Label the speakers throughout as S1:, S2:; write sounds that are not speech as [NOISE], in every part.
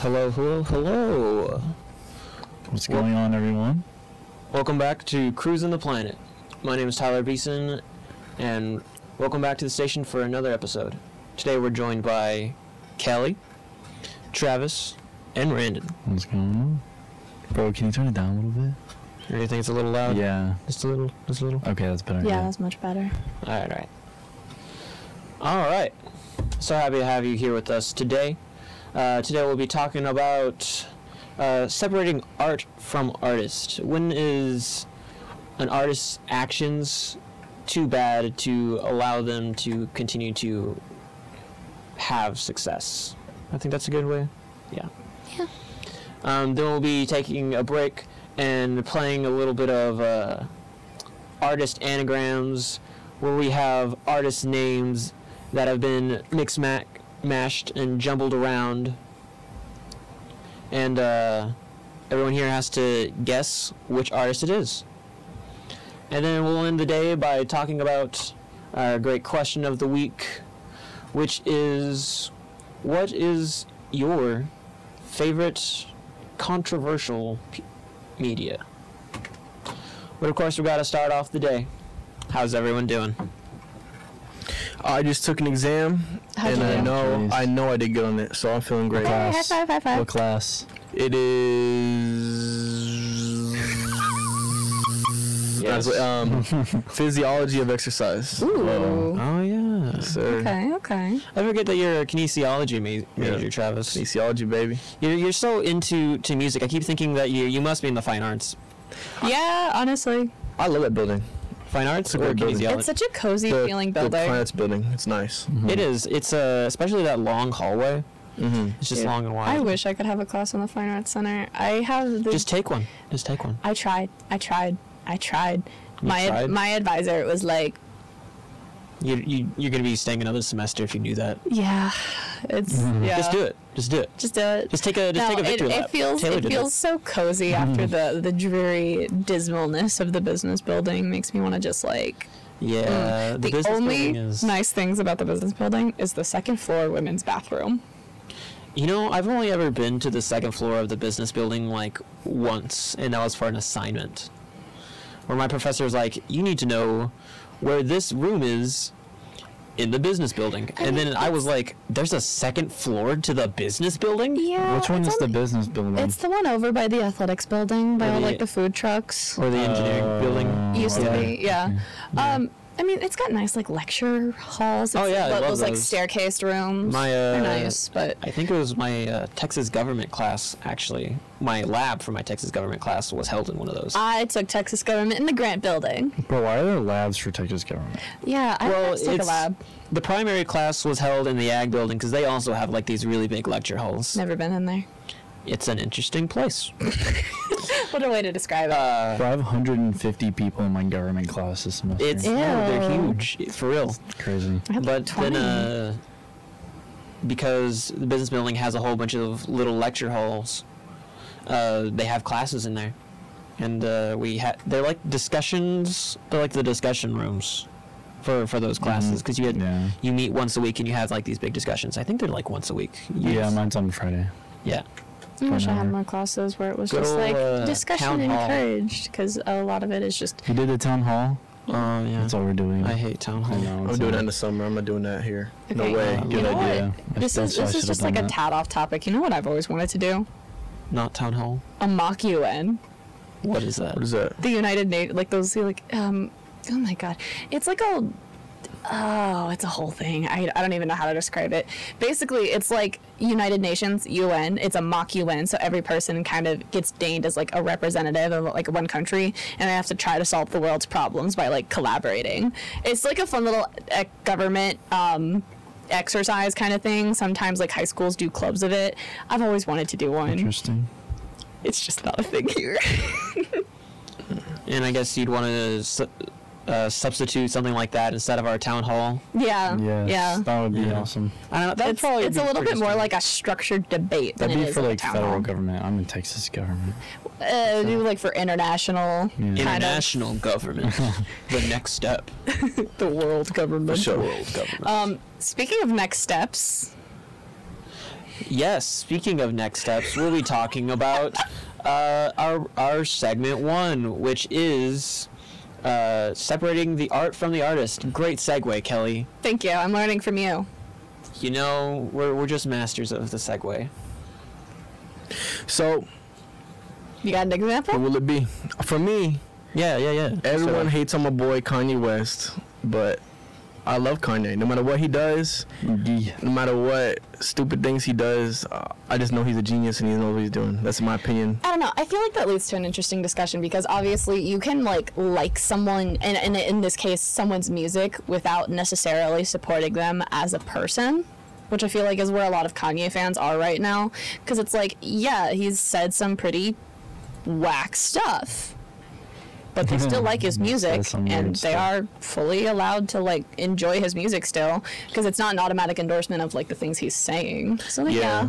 S1: Hello, hello, hello.
S2: What's going on, everyone?
S1: Welcome back to Cruising the Planet. My name is Tyler Beeson, and welcome back to the station for another episode. Today we're joined by Kelly, Travis, and Randon.
S2: What's going on? Bro, can you turn it down a little bit?
S1: You think it's a little loud?
S2: yeah.
S1: Just a little, just a little.
S2: Okay, that's better.
S3: Yeah, that's much better.
S1: All right, all right. All right. So happy to have you here with us today. Uh, today we'll be talking about uh, separating art from artist. When is an artist's actions too bad to allow them to continue to have success? I think that's a good way. Yeah.
S3: Yeah.
S1: Um, then we'll be taking a break and playing a little bit of uh, artist anagrams, where we have artist names that have been mixed, ma- mashed, and jumbled around. And uh, everyone here has to guess which artist it is. And then we'll end the day by talking about our great question of the week, which is what is your favorite controversial p- media? But of course, we got to start off the day. How's everyone doing?
S4: I just took an exam,
S3: How'd
S4: and
S3: you
S4: I
S3: do?
S4: know
S2: Nice.
S4: I know I did good on it, so I'm feeling great.
S3: Hey, high
S2: Class.
S3: five, high five.
S2: What class?
S4: It is.
S1: Yes.
S4: Um, physiology of exercise.
S3: Ooh.
S1: Oh yeah.
S4: Yes, sir.
S3: Okay, okay.
S1: I forget that you're a kinesiology ma- major,
S4: Yeah.
S1: Travis.
S4: Kinesiology, baby.
S1: You're, you're so into to music. I keep thinking that you you must be in the fine arts.
S3: Yeah, honestly.
S4: I love that building.
S1: Fine arts
S4: a
S1: or
S4: great building.
S1: kinesiology?
S3: It's such a cozy
S4: The,
S3: feeling
S4: the
S3: building.
S4: Planets building. It's nice.
S1: It is. It's uh, especially that long hallway.
S4: Mm-hmm.
S1: It's just
S3: Yeah.
S1: long and wide.
S3: I wish I could have a class on the Fine Arts Center. I have the
S1: Just take one. Just take one.
S3: I tried. I tried. I tried.
S1: You
S3: my
S1: tried?
S3: my advisor was like,
S1: You you you're gonna be staying another semester if you do that.
S3: "Yeah, it's yeah.
S1: Mm-hmm. Just do it. Just do it.
S3: Just do it."
S1: Just take a just
S3: no,
S1: take a
S3: it,
S1: victory lap.
S3: it feels
S1: Taylor
S3: it
S1: did Mm-hmm.
S3: feels so cozy after the the dreary dismalness of the business building makes me want to just like
S1: Yeah. Uh, The,
S3: mm. the
S1: business
S3: only
S1: building is.
S3: nice things about the business building is the second floor women's bathroom.
S1: You know, I've only ever been to the second floor of the business building like once, and that was for an assignment. Where my professor was like, "You need to know where this room is in the business building,"
S3: I
S1: and
S3: mean,
S1: then I was like, "There's a second floor to the business building."
S3: Yeah.
S2: Which one is the business building?
S3: Uh, It's the one over by the athletics building, by
S1: Or
S3: all
S1: the-
S3: like the food trucks.
S1: Or the engineering
S2: Uh,
S1: building.
S3: Used to
S2: okay.
S3: be, yeah. Um, I mean, it's got nice like lecture halls. It's
S1: Oh, yeah, I
S3: lo-
S1: love
S3: those, like
S1: those.
S3: staircased rooms.
S1: My,
S3: They're
S1: uh,
S3: nice, but
S1: I think it was my uh, Texas government class. Actually, my lab for my Texas government class was held in one of those.
S3: I took Texas government in the Grant Building.
S2: Bro, why are there labs for Texas government?
S3: Yeah, I
S1: well,
S3: well, took a
S1: it's-
S3: lab.
S1: The primary class was held in the ag building because they also have like these really big lecture halls.
S3: Never been in there. [LAUGHS]
S1: It's an interesting place.
S3: What a way to describe it.
S2: Bro, I have 150 people in my government class this semester.
S1: It's no, they're
S3: Ew.
S1: huge for real.
S2: crazy.
S3: I had, like,
S1: But then,
S3: 20.
S1: uh, because the business building has a whole bunch of little lecture halls, uh, they have classes in there, and uh, we had they're like discussions. They're like the discussion rooms for for those classes because you had
S2: Yeah.
S1: you meet once a week and you have like these big discussions. I think they're like once a week.
S2: Yeah,
S1: Yes.
S2: mine's on Friday.
S1: yeah.
S3: I wish I had
S2: Whatever.
S3: more classes where it was
S1: Good
S3: just
S1: old,
S3: like
S1: uh, town
S3: discussion
S1: hall.
S3: encouraged, because a lot of it is just
S2: You did the town hall?
S1: Oh yeah.
S2: That's all we're doing.
S1: I hate town
S2: I
S1: hall.
S2: know,
S4: I'm
S2: it's
S4: doing
S2: not-
S4: that in the summer. I'm not doing that here.
S3: Okay,
S4: No way.
S3: you
S2: Good
S3: know what?
S2: idea. I
S3: This
S2: still-
S3: is
S2: so I
S3: this is
S2: should've
S3: just
S2: done
S3: like a
S2: that.
S3: tad off topic. You know what I've always wanted to do?
S1: Not town hall.
S3: A mock UN,
S1: What is that?
S4: What is that?
S3: the United Nations, like those like um, oh my god, it's like a oh, it's a whole thing. I I don't even know how to describe it. Basically, it's like United Nations UN. It's a mock UN, so every person kind of gets deigned as like a representative of like one country, and they have to try to solve the world's problems by like collaborating. It's like a fun little uh, government um exercise kind of thing sometimes like high schools do clubs of it i've always wanted to do one
S2: Interesting.
S3: it's just not a thing here [LAUGHS]
S1: And I guess you'd want to su- uh, substitute something like that instead of our town hall.
S3: yeah
S2: Yes,
S3: yeah
S2: That would be
S1: Yeah.
S2: awesome.
S1: I don't know. That
S3: it's, it's a little bit more like a structured debate
S2: That'd
S3: than it
S2: be
S3: is
S2: for
S3: like a
S2: like
S3: town
S2: federal
S3: hall.
S2: government. I'm in Texas government.
S3: Uh, do like for international,
S2: Yeah.
S3: kind
S1: international
S3: [LAUGHS]
S1: government. the next step. Uh,
S3: of the world government.
S4: Sure.
S1: World government.
S3: Um, speaking of next steps,
S1: yes, speaking of next steps, we'll be talking about uh, our our segment one, which is uh, separating the art from the artist. Great segue, Kelly.
S3: Thank you. I'm learning from you.
S1: You know, we're we're just masters of the segue.
S4: So,
S3: You got an
S4: what
S3: example?
S4: will it be? For me,
S1: Yeah, yeah, yeah.
S4: everyone
S1: So-
S4: hates on my boy Kanye West, but I love Kanye. No matter what he does,
S2: Yeah.
S4: no matter what stupid things he does, uh, I just know he's a genius and he knows what he's doing. That's my opinion.
S3: I don't know. I feel like that leads to an interesting discussion because obviously you can like like someone and, and in this case someone's music without necessarily supporting them as a person, which I feel like is where a lot of Kanye fans are right now because it's like yeah, he's said some pretty whack stuff. But they still like
S2: [LAUGHS]
S3: his
S2: He says
S3: music
S2: some
S3: and
S2: weird
S3: they
S2: stuff.
S3: are fully allowed to like enjoy his music still because it's not an automatic endorsement of like the things he's saying. So like, yeah.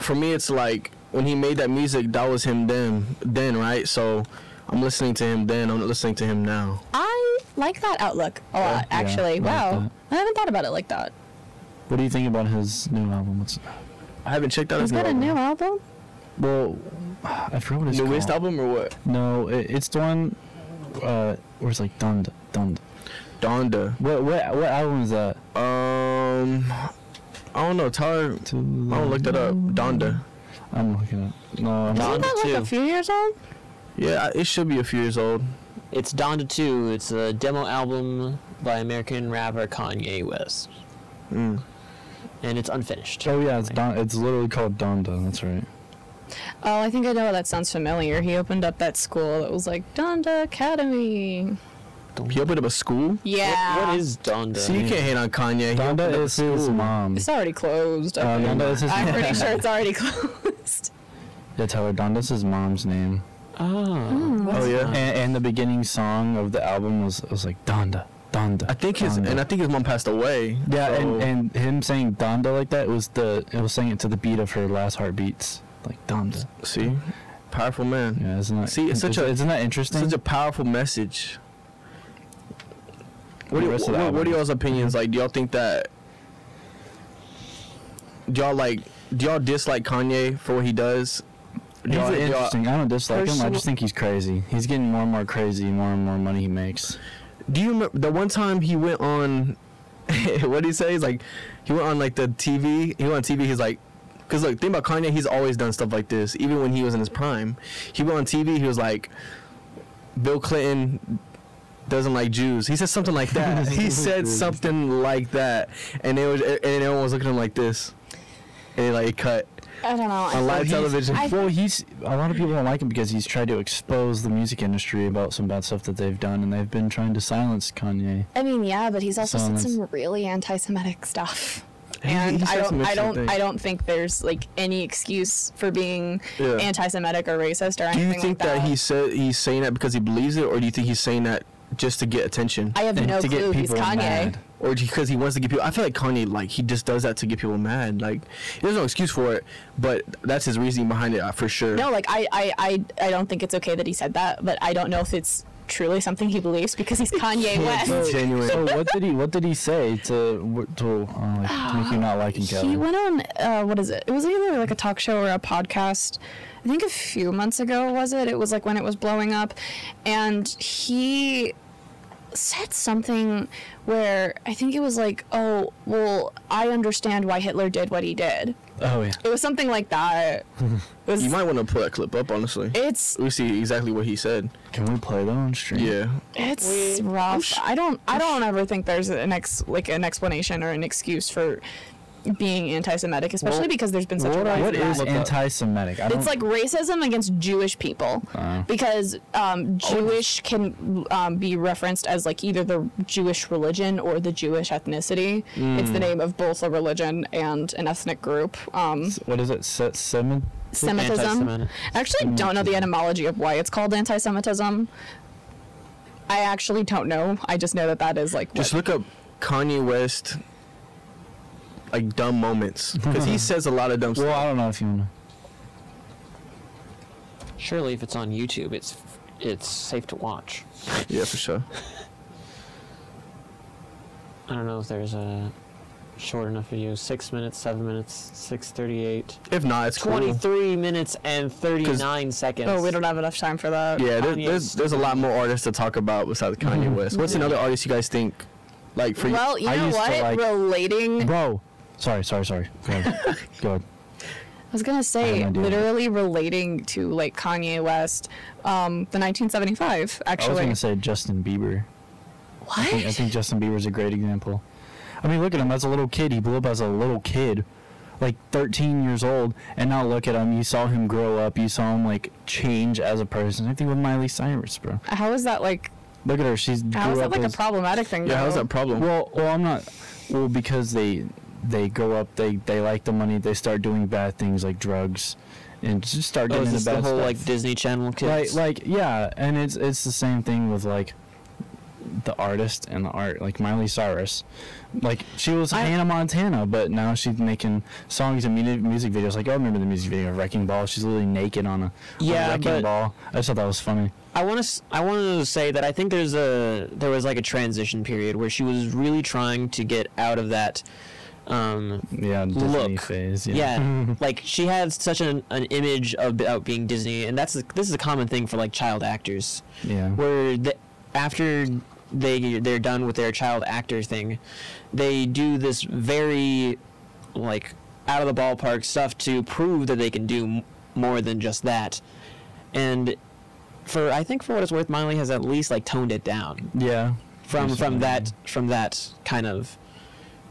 S4: For me, it's like when he made that music, that was him then, then right? So I'm listening to him then. I'm not listening to him now.
S3: I like that outlook a lot,
S2: yeah,
S3: actually.
S2: I like
S3: wow.
S2: that.
S3: I haven't thought about it like that.
S2: What do you think about his new album? What's
S4: I haven't checked out
S3: Is
S4: his
S3: that a
S4: album.
S3: new album?
S2: well, I forgot what it's
S4: newest
S2: called.
S4: album or what?
S2: No, it, it's the one uh, where it's like dun dun.
S4: Donda.
S2: What what what album is that?
S4: Um, I don't know. Tyler,
S2: To
S4: I don't look that up. Donda.
S2: I'm looking up. No, I'm not.
S1: Donda
S3: Isn't that like a
S1: too.
S3: few years old?
S4: Yeah, I- it should be a few years old.
S1: It's Donda 2. It's a demo album by American rapper Kanye West.
S4: Mm.
S1: And it's unfinished.
S2: Oh yeah, it's Don. It's literally called Donda. That's right.
S3: Oh, I think I know. That sounds familiar. He opened up that school that was like Donda Academy.
S4: He opened up a school.
S3: Yeah.
S1: What, what is Donda?
S4: See, you can't hate on Kanye. He
S2: Donda
S4: opened up a
S2: is his
S4: school.
S2: mom.
S3: It's already closed.
S4: Oh,
S2: Uh,
S3: Okay.
S2: Donda is his.
S3: I'm pretty
S2: mom.
S3: sure
S4: [LAUGHS]
S3: it's already closed.
S2: Yeah, Tyler. Donda's his mom's name.
S1: oh.
S2: Hmm.
S4: Oh yeah.
S2: And, and the beginning song of the album was was like Donda, Donda.
S4: I think his
S2: Donda.
S4: and I think his mom passed away.
S2: yeah,
S4: so-
S2: and, and him saying Donda like that was the it was saying it to the beat of her last heartbeats, like Donda.
S4: see, powerful man.
S2: Yeah, isn't that
S4: See, it's such
S2: isn't-
S4: a-
S2: isn't that interesting?
S4: Such a powerful message. What,
S2: The
S4: do,
S2: rest of the
S4: what, what are
S2: album.
S4: y'all's opinions? Like, do y'all think that? Do y'all like? Do y'all dislike Kanye for what he does? Do
S2: He's
S4: y'all- do y'all-
S2: interesting. I don't dislike him. I
S4: Personal-
S2: just think he's crazy. He's getting more and more crazy, more and more money he makes.
S4: Do you remember the one time he went on? [LAUGHS] what did he say? He's like, he went on like the TV. He went on TV. He's like, because look, think about Kanye. He's always done stuff like this, even when he was in his prime. He went on TV. He was like, Bill Clinton doesn't like Jews. He said something like that. he said something like that, and it was and everyone was looking at him like this, and it like it cut
S3: I don't know. I
S4: on live
S2: he's-
S4: television.
S3: I-
S2: well, he's a lot of people don't like him because he's tried to expose the music industry about some bad stuff that they've done, and they've been trying to silence Kanye.
S3: I mean, yeah, but he's also
S2: So
S3: said
S2: nice.
S3: some really anti-Semitic stuff.
S4: He-
S3: And
S4: he
S3: I
S4: said some
S3: don't, I
S4: interesting
S3: don't,
S4: things.
S3: I don't think there's like any excuse for being
S4: Yeah.
S3: anti-Semitic or racist or
S4: Do
S3: anything
S4: you
S3: like
S4: think that,
S3: that
S4: he said he's saying that because he believes it, or do you think he's saying that just to get attention?
S3: I have
S2: And
S3: no
S2: to
S3: clue.
S2: get
S3: He's
S2: people
S3: Kanye.
S2: mad.
S4: or because he wants to get people. I feel like Kanye, like he just does that to get people mad. Like there's no excuse for it, but that's his reasoning behind it uh, for sure.
S3: No, like I, I, I, I don't think it's okay that he said that, but I don't know if it's truly something he believes
S2: [LAUGHS]
S3: because he's Kanye
S4: So-
S3: West.
S4: Genuine.
S2: So Oh, what did he what did he say to to uh, like, to make you not like him, Kelly?
S3: He went on, uh, what is it? It was either like a talk show or a podcast. I think a few months ago was it? It was like when it was blowing up, and he said something where I think it was like, "Oh, well, I understand why Hitler did what he did."
S2: oh yeah.
S3: It was something like that. It
S2: [LAUGHS]
S3: was.
S4: you might want to pull that clip up, honestly.
S3: it's
S4: We see exactly what he said.
S2: Can we play that on stream?
S4: Yeah,
S3: It's rough. I don't. I don't ever think there's an ex like an explanation or an excuse for being anti-Semitic, especially
S1: Well,
S3: because there's been such a rise
S2: What
S3: in that.
S2: is anti-Semitic? I
S3: It's like racism against Jewish people
S2: Oh.
S3: because um, Jewish can um, be referenced as like either the Jewish religion or the Jewish ethnicity. It's the
S2: Hmm.
S3: name of both a religion and an ethnic group. Um,
S2: what is it? Se- Semit?
S3: Semitism.
S1: Anti-Semitic.
S3: I actually don't know the etymology of why it's called anti-Semitism. I actually don't know. I just know that that is like.
S4: just
S3: what-
S4: look up Kanye West, like dumb moments, because he says a lot of dumb
S2: Well,
S4: stuff.
S2: I don't know if you want to.
S1: Surely if it's on YouTube, it's it's safe to watch.
S4: Yeah, for sure.
S1: I don't know if there's a short enough videos. Six minutes, seven minutes, six thirty-eight.
S4: If not, it's cool.
S1: 23 minutes and 39 seconds.
S3: Oh, we don't have enough time for that.
S4: Yeah, there,
S1: Kanye
S4: there's
S1: is-
S4: there's a lot more artists to talk about besides Kanye West. What's another artist you guys think? Like for
S3: Well, you
S2: I
S3: know
S2: used to
S3: what?
S2: like-
S3: [LAUGHS] Relating.
S2: Bro. Sorry, sorry, sorry. Go ahead. Go ahead.
S3: I was gonna
S2: I
S3: say,
S2: have no idea.
S3: literally relating to like Kanye West, um, the 1975.
S2: I was
S3: Actually,
S2: gonna say Justin Bieber.
S3: what?
S2: I think, I think Justin Bieber's a great example. I mean, look at him as a little kid. He blew up as a little kid, like 13 years old, and now look at him. You saw him grow up. You saw him like change as a person. I think with Miley Cyrus, bro.
S3: How is that like?
S2: Look at her. She's
S3: How
S2: grew
S3: is that
S2: up
S3: like a
S2: as-
S3: problematic thing?
S4: yeah, how's
S3: though?
S4: that problem?
S2: Well, well, I'm not. Well, because they they go up. They they like the money. They start doing bad things like drugs, and just start
S1: Oh,
S2: getting
S1: is
S2: into
S1: this the
S2: bad
S1: whole
S2: stuff.
S1: like Disney Channel kids?
S2: Like, like, yeah, and it's it's the same thing with like the artist and the art, like Miley Cyrus. Like she was
S3: I-
S2: Hannah Montana, but now she's making songs and mu- music videos. Like I remember the music video of Wrecking Ball. She's literally naked on a, on a
S1: Yeah,
S2: wrecking
S1: but-
S2: ball. I just thought that was funny.
S1: I want to I want to say that I think there's a there was like a transition period where she was really trying to get out of that um
S2: Yeah, Disney
S1: Look,
S2: phase.
S1: yeah,
S2: [LAUGHS]
S1: like she had such an, an image of about being Disney and that's this is a common thing for like child actors
S2: yeah.
S1: where the, after they they're done with their child actor thing, they do this very like out of the ballpark stuff to prove that they can do m- more than just that. And for I think for what it's worth, Miley has at least like toned it down
S2: yeah.
S1: from
S2: Recently.
S1: from that from that kind of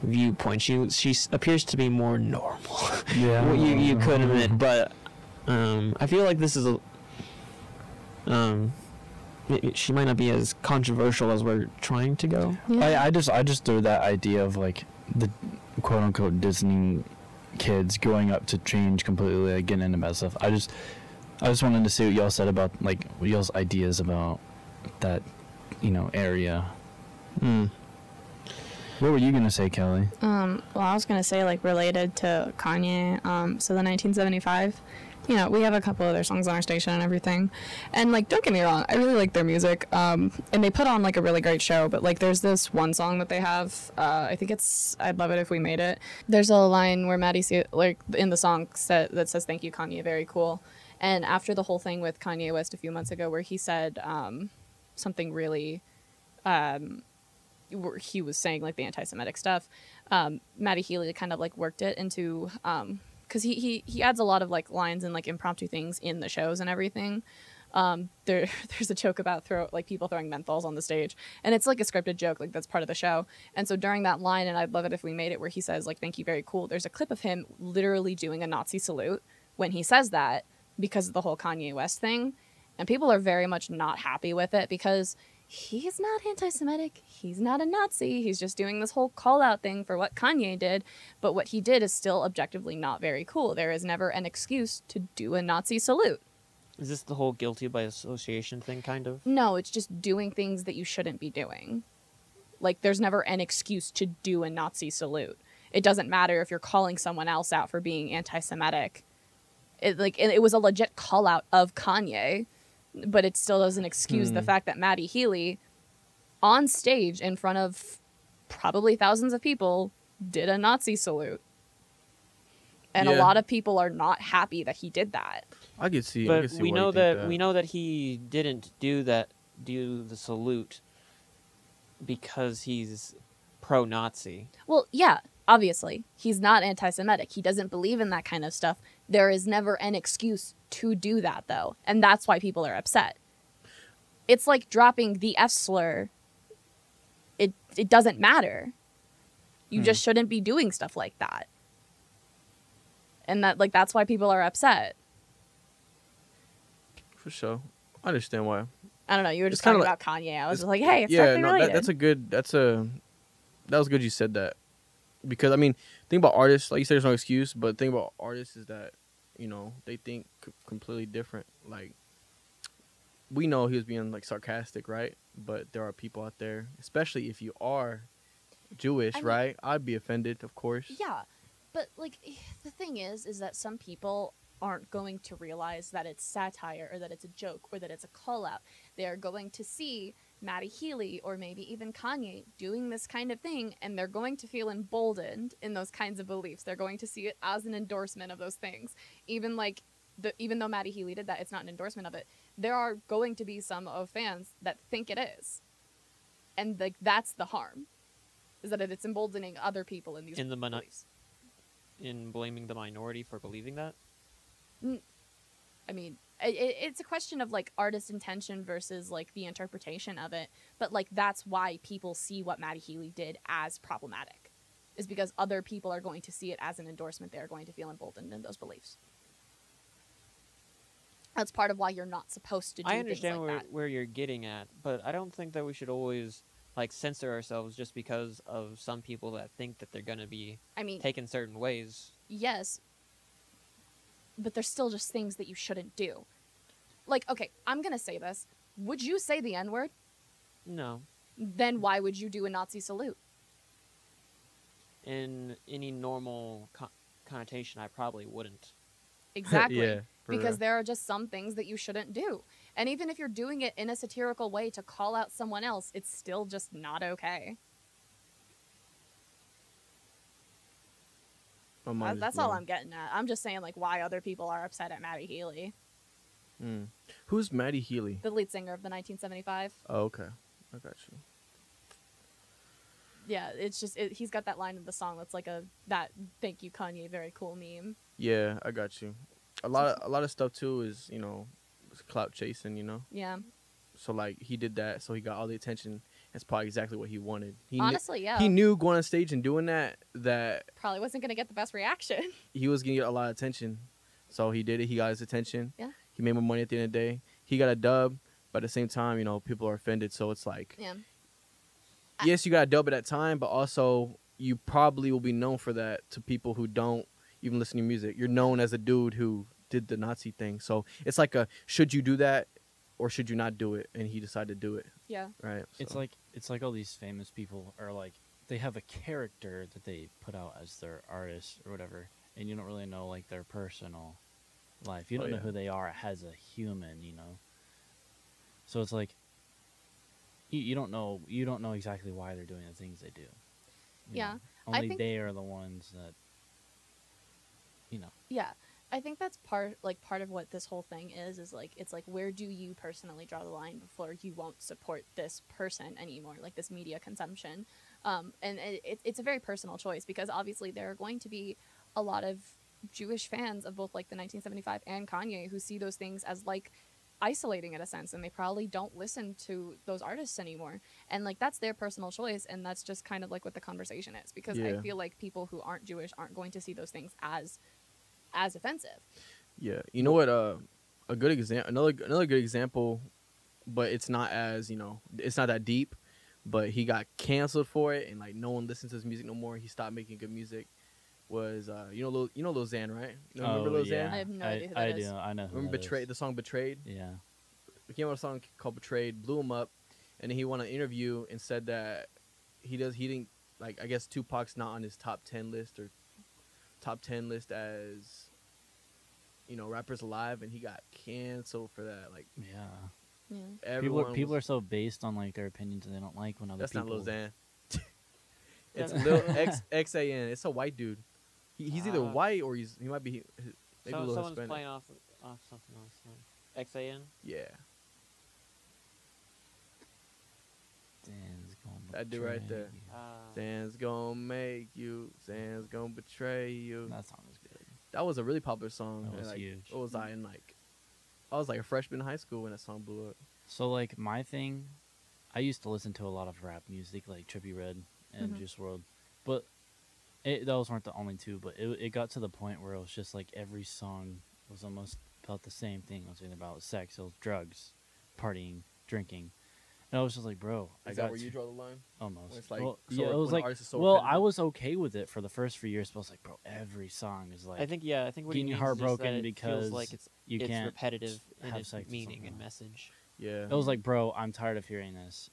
S1: viewpoint. She she s- appears to be more normal. [LAUGHS]
S2: Yeah.
S1: Well, you you could
S4: Mm-hmm.
S1: admit, but um, I feel like this is a um, maybe she might not be as controversial as we're trying to go.
S3: Yeah.
S2: I, I just I just threw that idea of like the quote unquote Disney kids going up to change completely, like getting into bad stuff. I just I just wanted to see what y'all said about like what y'all's ideas about that you know area.
S4: Hmm.
S2: What were you gonna say, Kelly?
S3: Um, well, I was gonna say like related to Kanye. Um, so the 1975. You know, we have a couple of their songs on our station and everything. And like, don't get me wrong, I really like their music. Um, and they put on like a really great show. But like, there's this one song that they have. Uh, I think it's "I'd Love It If We Made It." There's a line where Maddie Se- like in the song set, that says "Thank you, Kanye, very cool." And after the whole thing with Kanye West a few months ago, where he said um, something really um, where he was saying like the anti-Semitic stuff. Um, Maddie Healy kind of like worked it into um, because he, he he adds a lot of like lines and like impromptu things in the shows and everything. Um, there [LAUGHS] there's a joke about throw like people throwing menthols on the stage, and it's like a scripted joke, like that's part of the show. And so during that line, and I'd love it if we made it, where he says like "Thank you, very cool." There's a clip of him literally doing a Nazi salute when he says that because of the whole Kanye West thing, and people are very much not happy with it because he's not anti-Semitic. He's not a Nazi. He's just doing this whole call-out thing for what Kanye did. But what he did is still objectively not very cool. There is never an excuse to do a Nazi salute.
S1: Is this the whole guilty by association thing, kind of?
S3: No, it's just doing things that you shouldn't be doing. Like there's never an excuse to do a Nazi salute. It doesn't matter if you're calling someone else out for being anti-Semitic. It like it, it was a legit call out of Kanye, but it still doesn't excuse the fact that Maddie Healy, on stage in front of probably thousands of people, did a Nazi salute. And a
S4: Yeah.
S3: lot of people are not happy that he did that.
S4: I could see. I
S1: but
S4: could see
S1: we
S4: why
S1: know
S4: you think
S1: that, we know that he didn't do that do the salute because he's pro-Nazi.
S3: Well, yeah, obviously. He's not anti Semitic. He doesn't believe in that kind of stuff. There is never an excuse to do that, though. And that's why people are upset. It's like dropping the F slur. It, it doesn't matter.
S4: Hmm.
S3: You just shouldn't be doing stuff like that. And that like that's why people are upset.
S4: for sure. I understand why.
S3: I don't know. You were just
S4: It's kinda
S3: talking
S4: like-
S3: about Kanye. I was just like, hey, it's
S4: yeah,
S3: directly
S4: no,
S3: related.
S4: that, that's a good. That's a. That was good. You said that, because I mean, think about artists. Like you said, there's no excuse. But think about artists is that, you know, they think c- completely different. Like, we know he was being like sarcastic, right? But there are people out there, especially if you are Jewish,
S3: I mean-
S4: right? I'd be offended, of course.
S3: Yeah, but like [SIGHS] the thing is, is that some people aren't going to realize that it's satire or that it's a joke or that it's a call out. They are going to see Maddie Healy or maybe even Kanye doing this kind of thing, and they're going to feel emboldened in those kinds of beliefs. They're going to see it as an endorsement of those things. Even like the, even though Maddie Healy did that, it's not an endorsement of it. There are going to be some of fans that think it is, and like that's the harm, is that it's emboldening other people in these
S1: In the mono-
S3: beliefs.
S1: in blaming the minority for believing that.
S3: I mean, it, it- it's a question of like artist intention versus like the interpretation of it. But like that's why people see what Maddie Healy did as problematic, is because other people are going to see it as an endorsement. They are going to feel emboldened in those beliefs. That's part of why you're not supposed to do
S1: I
S3: things
S1: understand
S3: like
S1: where,
S3: that.
S1: where you're getting at, but I don't think that we should always like censor ourselves just because of some people that think that they're gonna be
S3: I mean,
S1: taken certain ways.
S3: yes, but there's still just things that you shouldn't do. Like, okay, I'm gonna say this. Would you say the N word?
S1: No,
S3: Then why would you do a Nazi salute?
S1: in any normal co- connotation, I probably wouldn't.
S3: Exactly.
S4: [LAUGHS] Yeah, for
S3: because
S4: real.
S3: there are just some things that you shouldn't do. And even if you're doing it in a satirical way to call out someone else, it's still just not okay.
S4: My
S3: That-
S4: mind is
S3: that's all
S4: blown.
S3: I'm getting at. I'm just saying, like, why other people are upset at Maddie Healy,
S4: Mm. Who's Maddie Healy?
S3: the lead singer of the 1975.
S4: Oh, okay. I got you.
S3: Yeah, it's just, it, he's got that line in the song that's like a, that thank you, Kanye, very cool meme.
S4: Yeah, I got you. A lot of a lot of stuff too is you know, it's clout chasing. You know,
S3: Yeah.
S4: so like he did that, so he got all the attention. That's probably exactly what he wanted. He kn-
S3: Honestly, yeah.
S4: he knew going on stage and doing that that
S3: Probably wasn't going to get the best reaction. [LAUGHS]
S4: he was gonna get a lot of attention. So he did it. He got his attention.
S3: Yeah.
S4: He made more money at the end of the day. He got a dub, but at the same time, you know, people are offended. So it's like,
S3: yeah.
S4: yes, you got a dub at that time, but also you probably will be known for that to people who don't even listen to your music. You're known as a dude who did the Nazi thing. So it's like a should you do that or should you not do it? And he decided to do it.
S3: Yeah.
S4: Right.
S2: It's
S4: So-
S2: like it's like all these famous people are like they have a character that they put out as their artist or whatever, and you don't really know like their personal life. You
S4: Oh,
S2: don't know
S4: yeah.
S2: who they are as a human, you know. So it's like you, you don't know you don't know exactly why they're doing the things they do. you
S3: Yeah,
S2: know.
S3: I
S2: Only
S3: think-
S2: they are the ones that you know.
S3: Yeah. I think that's part like part of what this whole thing is is like it's like where do you personally draw the line before you won't support this person anymore like this media consumption um, and it, it- it's a very personal choice because obviously there are going to be a lot of Jewish fans of both like the 1975 and Kanye who see those things as like isolating in a sense and they probably don't listen to those artists anymore and like that's their personal choice and that's just kind of like what the conversation is because I
S4: Yeah.
S3: feel like people who aren't Jewish aren't going to see those things as as offensive.
S4: Yeah, you know what? Uh, a good example, another another good example, but it's not as you know, it's not that deep. But he got canceled for it, and like no one listens to his music no more. He stopped making good music. Was uh, you know, Lil, you know, Lil Xan, right? You know, remember Lil Xan?
S3: I have no idea who that
S2: oh, I
S3: is.
S2: do. I know who
S4: Remember
S2: that is.
S4: betrayed the song "Betrayed."
S2: Yeah.
S4: He came out with a song called "Betrayed," blew him up, and then he won an interview and said that he does he didn't like I guess Tupac's not on his top ten list or top ten list as you know rappers alive, and he got canceled for that. Like
S2: Yeah.
S3: Yeah.
S4: everyone
S2: people are, people
S4: was-
S2: are so based on like their opinions and they don't like when other
S4: that's
S2: people.
S1: [LAUGHS]
S4: not Lil Xan. it's
S1: That's- [LAUGHS]
S4: Lil X X A N. It's a white dude. He, he's either
S1: Ah.
S4: white or he's he might be maybe a
S1: so
S4: little
S1: someone's
S4: Hispanic.
S1: playing off off something else. then. XAN.
S4: Yeah,
S2: Dan's gonna
S4: That dude right
S2: betray
S4: there.
S2: you.
S1: Uh,
S4: Zan's gonna make you. Zan's gonna betray you.
S2: That song was good.
S4: that was a really popular song.
S2: That
S4: and,
S2: was
S4: like,
S2: huge.
S4: What was I in like? I was like a freshman in high school when that song blew up.
S2: So like my thing, I used to listen to a lot of rap music like Trippy Red and
S3: Mhm.
S1: Mm-hmm.
S2: Juice World, but it, those weren't the only two. But it it got to the point where it was just like every song was almost about the same thing. It was either about sex, it was drugs, partying, drinking. And I was just like, bro, I
S4: Is
S2: got
S4: that where
S2: to-
S4: you draw the line?
S2: almost.
S4: It's like-
S2: well,
S4: so
S2: yeah,
S4: like
S2: it was
S4: when
S2: like,
S4: artists are so
S2: well, I
S4: repetitive.
S2: was okay with it for the first few years, but I was like, bro, every song is like,
S1: I think yeah. I think what
S2: getting
S1: he
S2: you
S1: means is just
S2: heartbroken
S1: that it
S2: because
S1: feels like it's
S2: you
S1: it's
S2: can't
S1: repetitive in
S2: have
S1: its
S2: sex with
S1: meaning
S2: someone
S1: and
S2: else.
S1: message.
S4: Yeah.
S2: It was like, bro, I'm tired of hearing this.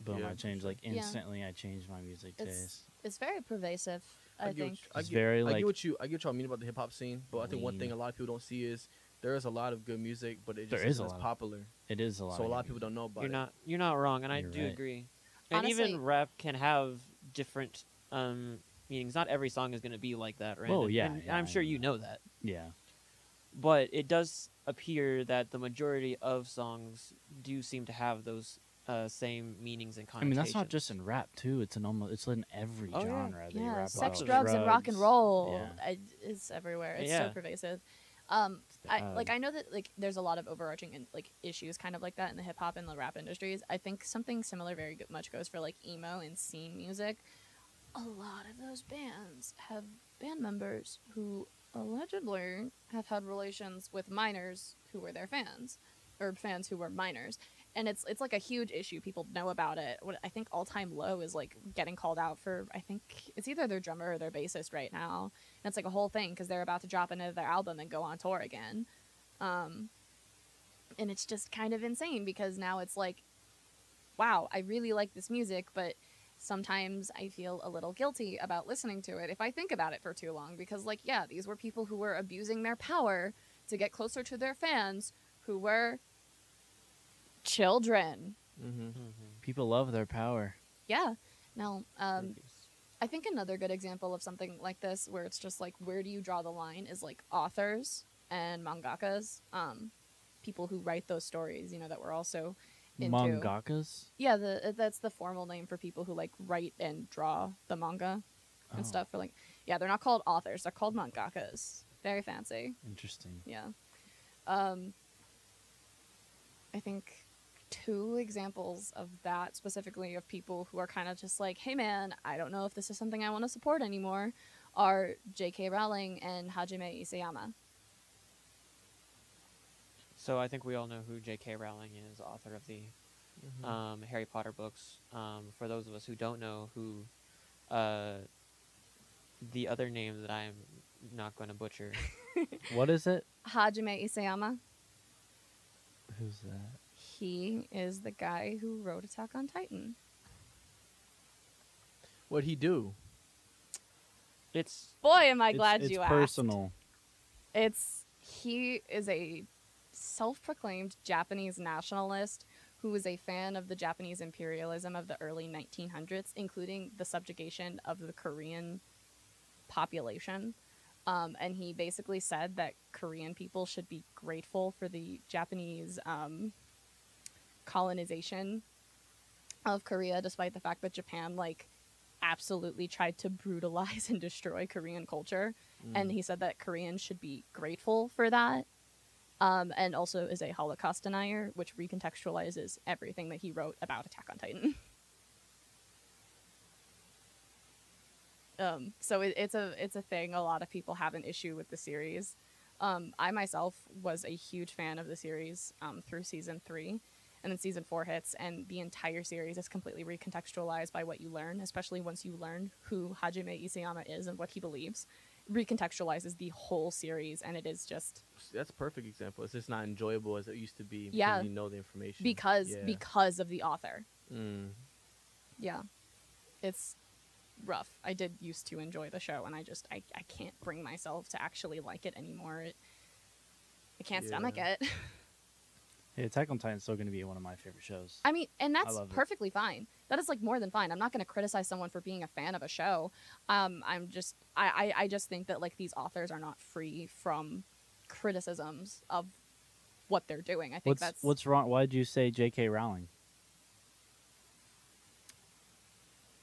S2: Boom,
S4: Yeah,
S2: I changed like
S3: Yeah.
S2: instantly. I changed my music
S3: It's-
S2: taste.
S3: It's very pervasive, I,
S4: get what
S3: think.
S4: you- I
S2: It's
S4: get,
S2: very,
S4: I
S2: like,
S4: get what you I get what y'all mean about the hip hop scene, but I think one
S2: lean.
S4: thing a lot of people don't see is there is a lot of good music, but it just
S2: There is
S4: isn't
S2: a
S4: as
S2: lot of-
S4: popular.
S5: It is a lot.
S4: so a lot of people don't know about
S1: You're
S4: it.
S1: not you're not wrong, and I
S5: You're
S1: do
S5: right.
S1: agree. And
S3: Honestly-
S1: even rap can have different um, meanings. Not every song is going to be like that, right?
S5: Oh, yeah,
S1: and
S5: yeah,
S1: I'm
S5: I
S1: sure
S5: know
S1: you
S5: that.
S1: know that.
S5: Yeah.
S1: but it does appear that the majority of songs do seem to have those uh, same meanings and
S5: I
S1: connotations.
S5: mean, that's not just in rap too. It's in almost. It's in every
S1: Oh, yeah.
S5: genre. They
S3: Yeah,
S5: rap
S3: sex,
S5: about
S3: drugs, and rock and roll
S5: Yeah.
S3: I- is everywhere. It's
S1: Yeah.
S3: so pervasive. Um, I,
S5: bad.
S3: like I know that like there's a lot of overarching and like issues kind of like that in the hip hop and the rap industries. I think something similar very go- much goes for like emo and scene music. A lot of those bands have band members who allegedly have had relations with minors who were their fans or fans who were minors and it's it's like a huge issue people know about it what i think all time low is like getting called out for i think it's either their drummer or their bassist right now and it's like a whole thing because they're about to drop another album and go on tour again um and it's just kind of insane because now it's like wow i really like this music but sometimes i feel a little guilty about listening to it if i think about it for too long because like yeah these were people who were abusing their power to get closer to their fans who were children.
S4: Mm-hmm.
S5: People love their power.
S3: Yeah. Now, um, I think another good example of something like this, where it's just like, where do you draw the line, is like authors and mangakas, um, people who write those stories. You know that we're also into.
S5: Mangakas.
S3: Yeah, the uh, that's the formal name for people who like write and draw the manga and
S5: Oh,
S3: stuff. For like, yeah, they're not called authors; they're called mangakas. Very fancy.
S5: Interesting.
S3: Yeah. Um, I think two examples of that specifically of people who are kind of just like, hey man, I don't know if this is something I want to support anymore, are J.K. Rowling and Hajime Isayama.
S1: So I think we all know who J.K. Rowling is, author of the
S5: Hmm.
S4: mm-hmm.
S2: Uh,
S1: um, Harry Potter books. Um, for those of us who don't know who, uh, the other name that I'm not going to butcher.
S5: What is it?
S3: Hajime Isayama,
S5: Who's that?
S3: he is the guy who wrote Attack on Titan.
S4: What'd he do?
S1: it's
S3: Boy, am I glad
S5: it's,
S3: you
S5: it's
S3: asked.
S5: personal.
S3: It's he is a self-proclaimed Japanese nationalist who was a fan of the Japanese imperialism of the early 1900s, including the subjugation of the Korean population. Um, and he basically said that Korean people should be grateful for the Japanese um, colonization of Korea, despite the fact that Japan, like, absolutely tried to brutalize [LAUGHS] and destroy Korean culture.
S4: Mm-hmm.
S3: And he said that Koreans should be grateful for that. Um, and also is a Holocaust denier, which recontextualizes everything that he wrote about Attack on Titan. [LAUGHS] um, so it, it's a it's a thing. A lot of people have an issue with the series. Um, I myself was a huge fan of the series um, through season three, and then season four hits, and the entire series is completely recontextualized by what you learn, especially once you learn who Hajime Isayama is and what he believes. Recontextualizes the whole series, and it is just
S4: That's a perfect example. It's just not enjoyable as it used to be. because
S3: Yeah.
S4: You know the information.
S3: because
S4: Yeah.
S3: because of the author.
S4: Mm.
S3: Yeah, it's rough. I did used to enjoy the show, and I just I, I can't bring myself to actually like it anymore. It, I can't stomach
S4: Yeah.
S3: it.
S5: Hey, Attack on Titan's still going to be one of my favorite shows.
S3: [LAUGHS] I mean, and that's
S5: love it.
S3: perfectly fine. That is like more than fine. I'm not going to criticize someone for being a fan of a show. Um, I'm just, I, I, I just think that like these authors are not free from criticisms of what they're doing. I think
S5: what's
S3: that's
S5: what's wrong? Why would you say J.K. Rowling?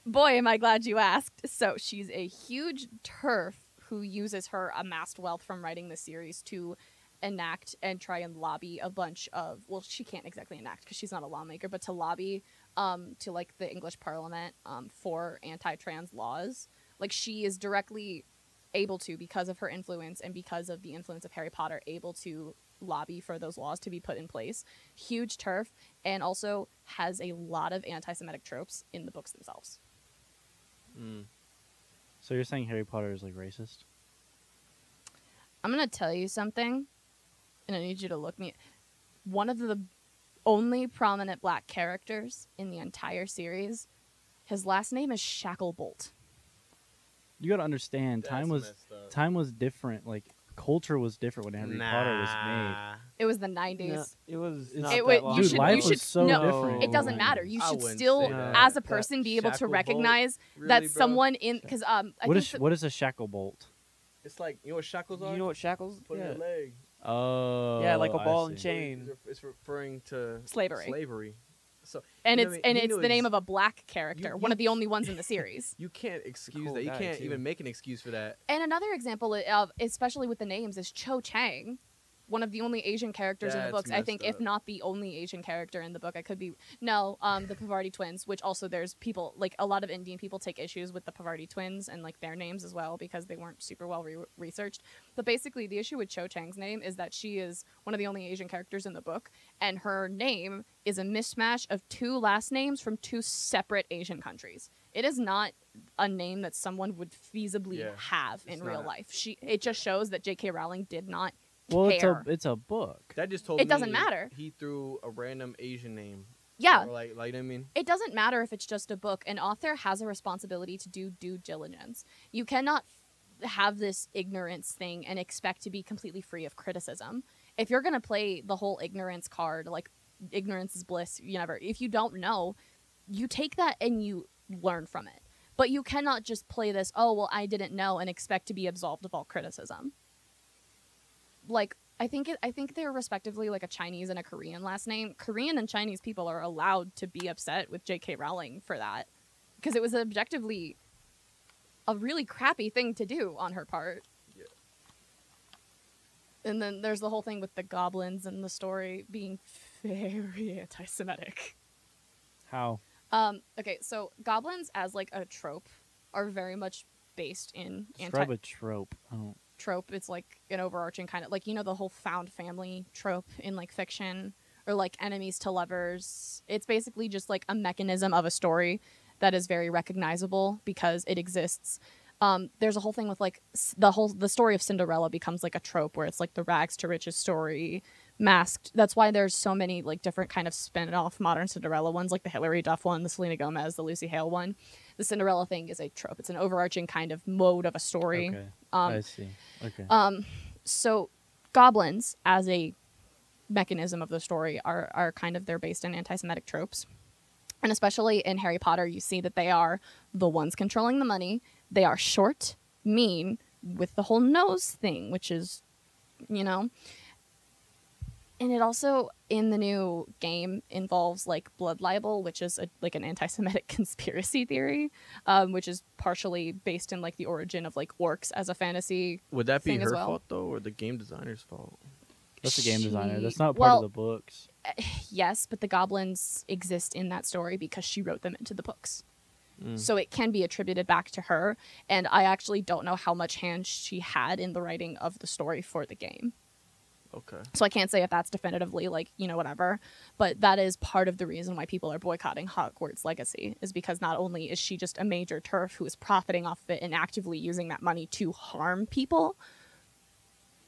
S3: boy, am I glad you asked. So she's a huge turf who uses her amassed wealth from writing the series to enact and try and lobby a bunch of well she can't exactly enact because she's not a lawmaker but to lobby um to like the english parliament um for anti-trans laws like she is directly able to because of her influence and because of the influence of harry potter able to lobby for those laws to be put in place huge turf and also has a lot of anti-semitic tropes in the books themselves
S4: Mm.
S5: So you're saying Harry Potter is like racist?
S3: I'm gonna tell you something, and I need you to look me. One of the only prominent black characters in the entire series, his last name is Shacklebolt.
S5: You got to understand, time
S4: That's
S5: was
S4: messed up.
S5: time was different. Like
S2: culture was different when Harry Potter was made.
S3: It was the 90s.
S1: it was.
S2: It's-
S1: Not
S3: It
S1: that
S3: would- you
S1: long
S2: Dude,
S3: should-
S2: life
S3: you
S2: was
S3: should-
S2: so
S3: no,
S2: different.
S3: It
S4: Oh.
S3: doesn't matter. You should still,
S1: that.
S3: as a
S1: That
S3: person, be able to
S4: Shacklebolt-
S3: recognize
S4: really,
S3: that
S4: bro?
S3: someone in because um. I
S2: What
S3: think
S2: is
S3: the-
S2: what is a shackle bolt?
S4: It's like you know what shackles are.
S1: You know what shackles?
S4: Put
S1: yeah.
S4: in your leg.
S2: Oh,
S1: yeah, like a
S2: I
S1: ball and
S2: see.
S1: chain.
S4: It's- It's referring to
S3: Slavery.
S4: Slavery.
S3: and
S4: you
S3: it's
S4: know,
S3: and
S4: you
S3: it's
S4: know
S3: the name
S4: ex-
S3: of a black character,
S4: you-
S3: one
S4: you-
S3: of the only ones in the series.
S4: You can't excuse
S1: cool
S4: that. You
S1: guy,
S4: can't
S1: too.
S4: even make an excuse for that.
S3: And another example of, especially with the names, is Cho Chang, one of the only Asian characters in the
S4: That's
S3: books. I
S4: messed
S3: think, if
S4: up.
S3: not the only Asian character in the book, I could be no, um, the Pavarti twins. Which also, there's people like a lot of Indian people take issues with the Pavarti twins and like their names as well because they weren't super well re- researched. But basically, the issue with Cho Chang's name is that she is one of the only Asian characters in the book, and her name is a mismatch of two last names from two separate Asian countries. It is not a name that someone would feasibly
S4: Yeah,
S3: have in
S4: it's
S3: real
S4: not.
S3: life. She it just shows that J.K. Rowling did not
S2: Well, it's a
S3: care.
S2: it's a book.
S4: That just told
S3: It doesn't
S4: me
S3: matter.
S4: He threw a random Asian name.
S3: Yeah,
S4: Or like, like you know what I mean.
S3: it doesn't matter if it's just a book. An author has a responsibility to do due diligence. You cannot f- have this ignorance thing and expect to be completely free of criticism. If you're going to play the whole ignorance card, like ignorance is bliss, you never, if you don't know, you take that and you learn from it. But you cannot just play this, oh, well, I didn't know, and expect to be absolved of all criticism. Like, I think it, I think they're respectively like a Chinese and a Korean last name. Korean and Chinese people are allowed to be upset with J.K. Rowling for that because it was objectively a really crappy thing to do on her part.
S4: Yeah.
S3: And then there's the whole thing with the goblins and the story being very [LAUGHS] anti-Semitic.
S2: How?
S3: Um, okay, so goblins as like a trope are very much based in anti
S2: Describe a trope. I don't.
S3: trope. It's like an overarching kind of like you know the whole found family trope in like fiction or like enemies to lovers. It's basically just like a mechanism of a story that is very recognizable because it exists. Um, there's a whole thing with like s- the whole the story of Cinderella becomes like a trope where it's like the rags to riches story masked. That's why there's so many like different kind of spin-off modern Cinderella ones like the Hilary Duff one, the Selena Gomez, the Lucy Hale one. The Cinderella thing is a trope. It's an overarching kind of mode of a story.
S2: Okay.
S3: Um,
S2: I see. Okay.
S3: um, so goblins as a mechanism of the story are are kind of they're based in anti-Semitic tropes, and especially in Harry Potter, you see that they are the ones controlling the money. They are short, mean, with the whole nose thing, which is, you know. And it also in the new game involves like blood libel, which is a, like an anti-Semitic [LAUGHS] conspiracy theory, um, which is partially based in like the origin of like orcs as a fantasy
S4: Would that be
S3: Thing as
S4: her
S3: well.
S4: fault though, or the game designer's fault?
S2: That's a game designer.
S3: she-
S2: That's not part
S3: well-
S2: of the books.
S3: yes, but the goblins exist in that story because she wrote them into the books.
S4: Mm.
S3: So it can be attributed back to her. And I actually don't know how much hand she had in the writing of the story for the game.
S4: Okay.
S3: So I can't say if that's definitively like, you know, whatever. But that is part of the reason why people are boycotting Hogwarts Legacy, is because not only is she just a major turf who is profiting off of it and actively using that money to harm people,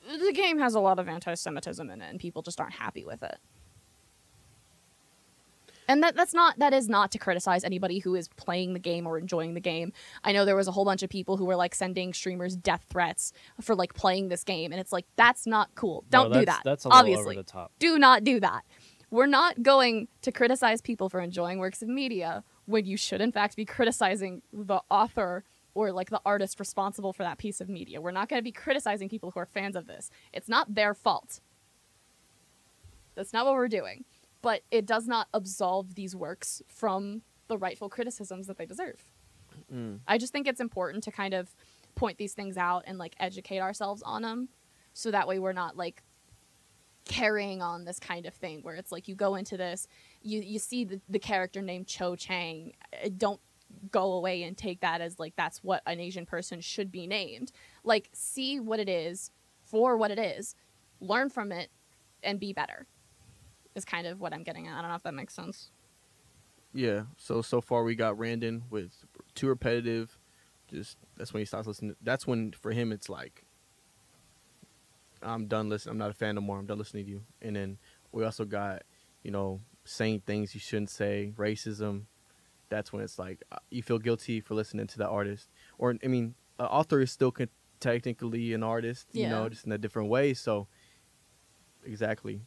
S3: the game has a lot of anti Semitism in it, and people just aren't happy with it. And that, that's not that is not to criticize anybody who is playing the game or enjoying the game. I know there was a whole bunch of people who were like sending streamers death threats for like playing this game, and it's like that's not cool.
S2: No,
S3: Don't do
S2: that's-
S3: that.
S2: That's a little
S3: obviously
S2: over the top.
S3: do not do that. We're not going to criticize people for enjoying works of media when you should, in fact, be criticizing the author or like the artist responsible for that piece of media. We're not going to be criticizing people who are fans of this. It's not their fault. That's not what we're doing. But it does not absolve these works from the rightful criticisms that they deserve.
S4: Mm.
S3: I just think it's important to kind of point these things out and like educate ourselves on them so that way we're not like carrying on this kind of thing where it's like you go into this you you see the, the character named Cho Chang uh, don't go away and take that as like that's what an Asian person should be named like see what it is for what it is learn from it and be better is kind of what I'm getting at I don't know if that makes sense
S4: Yeah. So so far we got Randon with too repetitive. Just that's when he stops listening. That's when for him it's like I'm done listening. I'm not a fan no more. I'm done listening to you. And then we also got you know saying things you shouldn't say, racism. That's when it's like uh, you feel guilty for listening to that artist. Or I mean, an author is still con- technically an artist, you
S3: Yeah.
S4: know, just in a different way. So, exactly,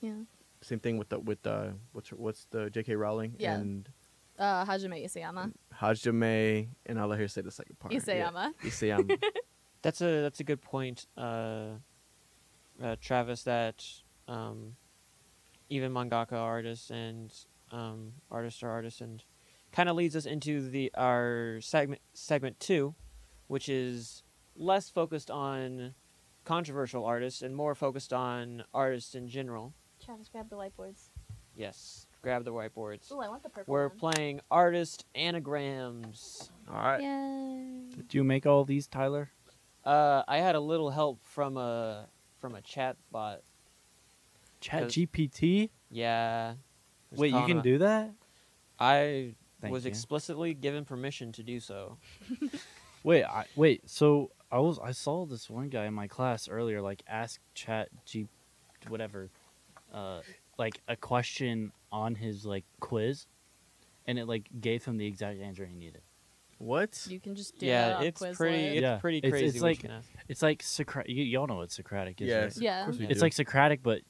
S3: Yeah.
S4: same thing with the with the what's her- what's the J.K. Rowling
S3: Yeah.
S4: and
S3: Uh, Hajime Isayama.
S4: Hajime, and I'll let her say the second part.
S3: [LAUGHS] Isayama.
S4: Yeah. [LAUGHS] Isayama.
S1: That's a that's a good point, uh, uh, Travis. That um, even mangaka artists and um, artists are artists, and kind of leads us into the our segment segment two, which is less focused on controversial artists and more focused on artists in general.
S6: Travis, grab the whiteboards.
S1: Yes, grab the whiteboards.
S6: Ooh, I want the purple
S1: We're
S6: one.
S1: playing artist anagrams.
S4: All right.
S3: Yay.
S2: Did you make all these, Tyler?
S1: Uh, I had a little help from a from a chat bot.
S2: Chat
S1: Cause-
S2: GPT?
S1: Yeah. It was
S2: Wait, you
S1: calling
S2: can
S1: a-
S2: do that?
S1: I
S2: Thank
S1: was
S2: you.
S1: explicitly given permission to do so.
S2: Wait, I, wait. So I was I saw this one guy in my class earlier, like ask Chat G, whatever, uh, like a question on his like quiz, and it like gave him the exact answer he needed.
S4: What?
S3: You can just do that
S1: Yeah,
S3: on
S1: it's
S3: Quizlet.
S1: pretty. It's
S2: Yeah,
S1: pretty
S2: it's-
S1: crazy.
S2: it's
S1: what you
S2: like-
S1: can ask.
S2: It's like Socratic. You, y'all know what Socratic is.
S4: Yes.
S2: right?
S3: Yeah.
S4: Of course we
S1: Yeah.
S2: it's
S4: do.
S2: like Socratic, but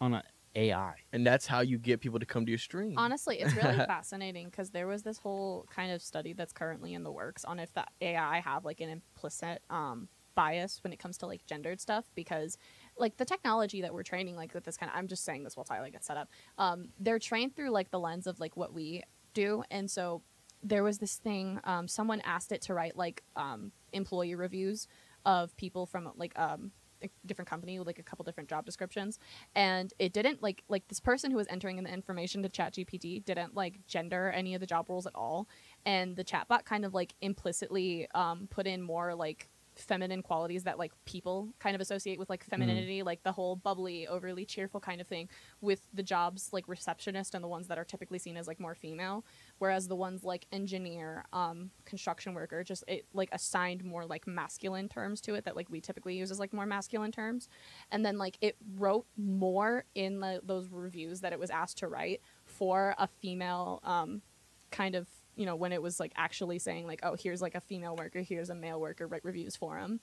S2: on an AI.
S4: and that's how you get people to come to your stream.
S3: Honestly, it's really fascinating because there was this whole kind of study that's currently in the works on if the AI have like an implicit um, bias when it comes to like gendered stuff because like the technology that we're training like with this kind of I'm just saying this while Tyler gets set up. Um, they're trained through like the lens of like what we do, and so there was this thing. Um, someone asked it to write like um, employee reviews of people from like um, a different company, with, like a couple different job descriptions, and it didn't like like this person who was entering in the information to ChatGPT didn't like gender any of the job roles at all, and the chatbot kind of like implicitly um, put in more like feminine qualities that like people kind of associate with like femininity like the whole bubbly overly cheerful kind of thing with the jobs like receptionist and the ones that are typically seen as like more female whereas the ones like engineer um construction worker just it like assigned more like masculine terms to it that like we typically use as like more masculine terms and then like it wrote more in the, those reviews that it was asked to write for a female um kind of you know when it was like actually saying like oh here's like a female worker here's a male worker write reviews for him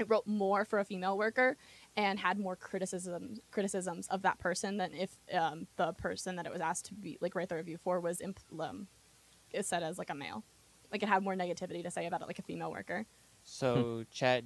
S3: it wrote more for a female worker and had more criticism criticisms of that person than if um, the person that it was asked to be like write the review for was impl- um, is said as like a male like it had more negativity to say about it like a female worker
S2: [LAUGHS]
S1: So Chat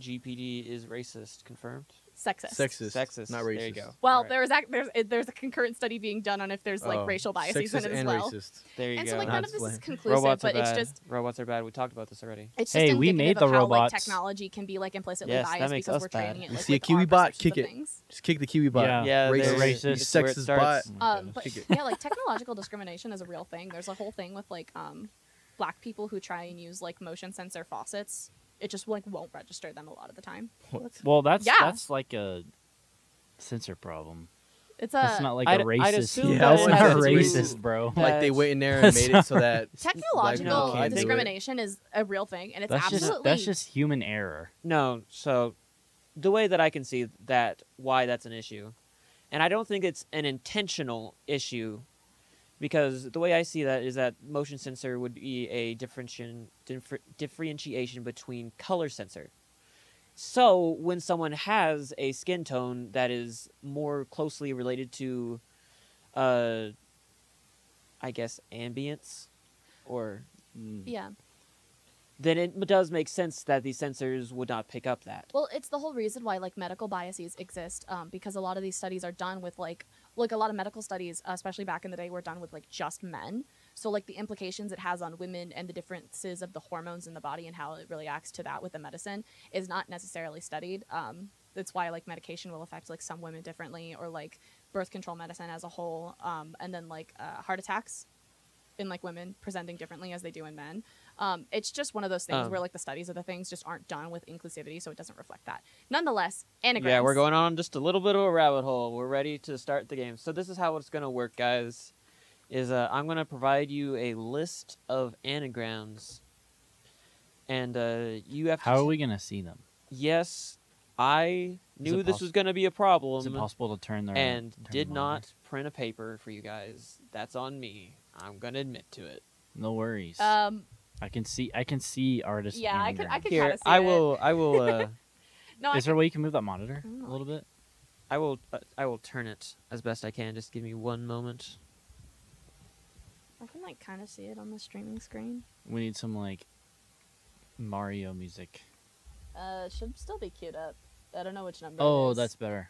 S1: GPD is racist. Confirmed.
S3: sexist
S4: Sexist.
S1: Sexist.
S4: Not
S1: There
S4: racist.
S1: you go.
S3: well
S1: Alright,
S3: there was ac- there's it- there's a concurrent study being done on if there's like
S4: Oh,
S3: racial biases
S4: sexist
S3: in it as
S4: and
S3: well
S4: Racist.
S1: There you
S3: and
S1: go.
S3: so like
S4: Not
S3: none of this is
S4: explained.
S3: conclusive
S1: robots
S3: but
S1: are
S3: it's
S1: bad.
S3: just
S1: robots are bad. We talked about this
S2: [LAUGHS]
S1: already.
S3: it's just
S2: Hey, we
S3: indicative
S2: made
S3: of
S2: the
S3: how,
S2: robots.
S3: like, technology can be like implicitly
S1: Yes, that
S3: biased
S1: makes
S3: because
S1: us
S3: we're
S1: bad.
S3: training it
S4: You
S3: like,
S4: see a
S3: with
S4: Kiwi
S3: our
S4: bot,
S3: perceptions
S4: kick
S3: of
S4: it.
S3: things.
S4: Just kick the Kiwi bot.
S2: Yeah.
S1: Yeah,
S4: Racist.
S1: there's-
S2: Racist.
S1: that's where it
S4: Sexist
S1: starts.
S4: bot.
S3: Um, but
S4: Kick it.
S3: yeah, like technological discrimination is a real thing. There's a whole thing with like um, black people who try and use like motion sensor faucets. It just like won't register them a lot of the time.
S4: What?
S2: Well, that's
S3: Yeah.
S2: that's like a sensor problem.
S3: It's
S2: That's
S3: a
S2: not like a
S1: I'd- I'd
S2: racist.
S1: assume
S4: Yeah, that
S2: that's
S4: it
S2: not
S4: has to do-
S2: racist, bro.
S4: Like they
S1: That's-
S4: went in there and made it
S2: [LAUGHS]
S4: so that
S3: technological
S1: No, I think-
S3: discrimination is a real thing, and it's
S2: That's
S3: absolutely
S2: just that's just human error.
S1: No, so the way that I can see that why that's an issue, and I don't think it's an intentional issue, because the way I see that is that motion sensor would be a differentiation differ, differentiation between color sensor. So when someone has a skin tone that is more closely related to, uh, I guess ambience, or
S3: yeah.
S1: then it does make sense that these sensors would not pick up that.
S3: Well, it's the whole reason why like medical biases exist, um, because a lot of these studies are done with like like a lot of medical studies, especially back in the day, were done with like just men. So like the implications it has on women and the differences of the hormones in the body and how it really acts to that with the medicine is not necessarily studied. Um, that's why like medication will affect like some women differently, or like birth control medicine as a whole, um, and then like uh, heart attacks in like women presenting differently as they do in men. Um, it's just one of those
S2: Oh.
S3: things
S1: Um.
S3: where like the studies of the things just aren't done with inclusivity, so it doesn't reflect that. Nonetheless, anagrams.
S1: Yeah, we're going on just a little bit of a rabbit hole. We're ready to start the game. So this is how it's gonna work, guys. Is uh, I'm gonna provide you a list of anagrams, and uh, you have to.
S2: How are we gonna see them?
S1: Yes, I knew
S2: it
S1: this
S2: poss-
S1: was gonna be a
S2: Is it
S1: problem,
S2: possible to turn their
S1: and
S2: turn
S1: did
S2: them over?
S1: not print a paper for you guys. That's on me. I'm gonna admit to it.
S2: No worries.
S3: Um,
S2: I can see I can see artists.
S3: Yeah, I could- I could-
S1: Here,
S3: kinda see
S1: I
S3: it.
S1: will.
S3: [LAUGHS]
S1: I will. Uh,
S3: No, I
S2: Is there a way you can move that monitor
S3: I don't know,
S2: a little bit?
S1: I will. Uh, I will turn it as best I can. Just give me one moment.
S3: I can like kind of see it on the streaming screen.
S2: We need some like Mario music.
S3: Uh, it should still be queued up. I don't know which number. it
S2: Oh,
S3: is.
S2: that's better.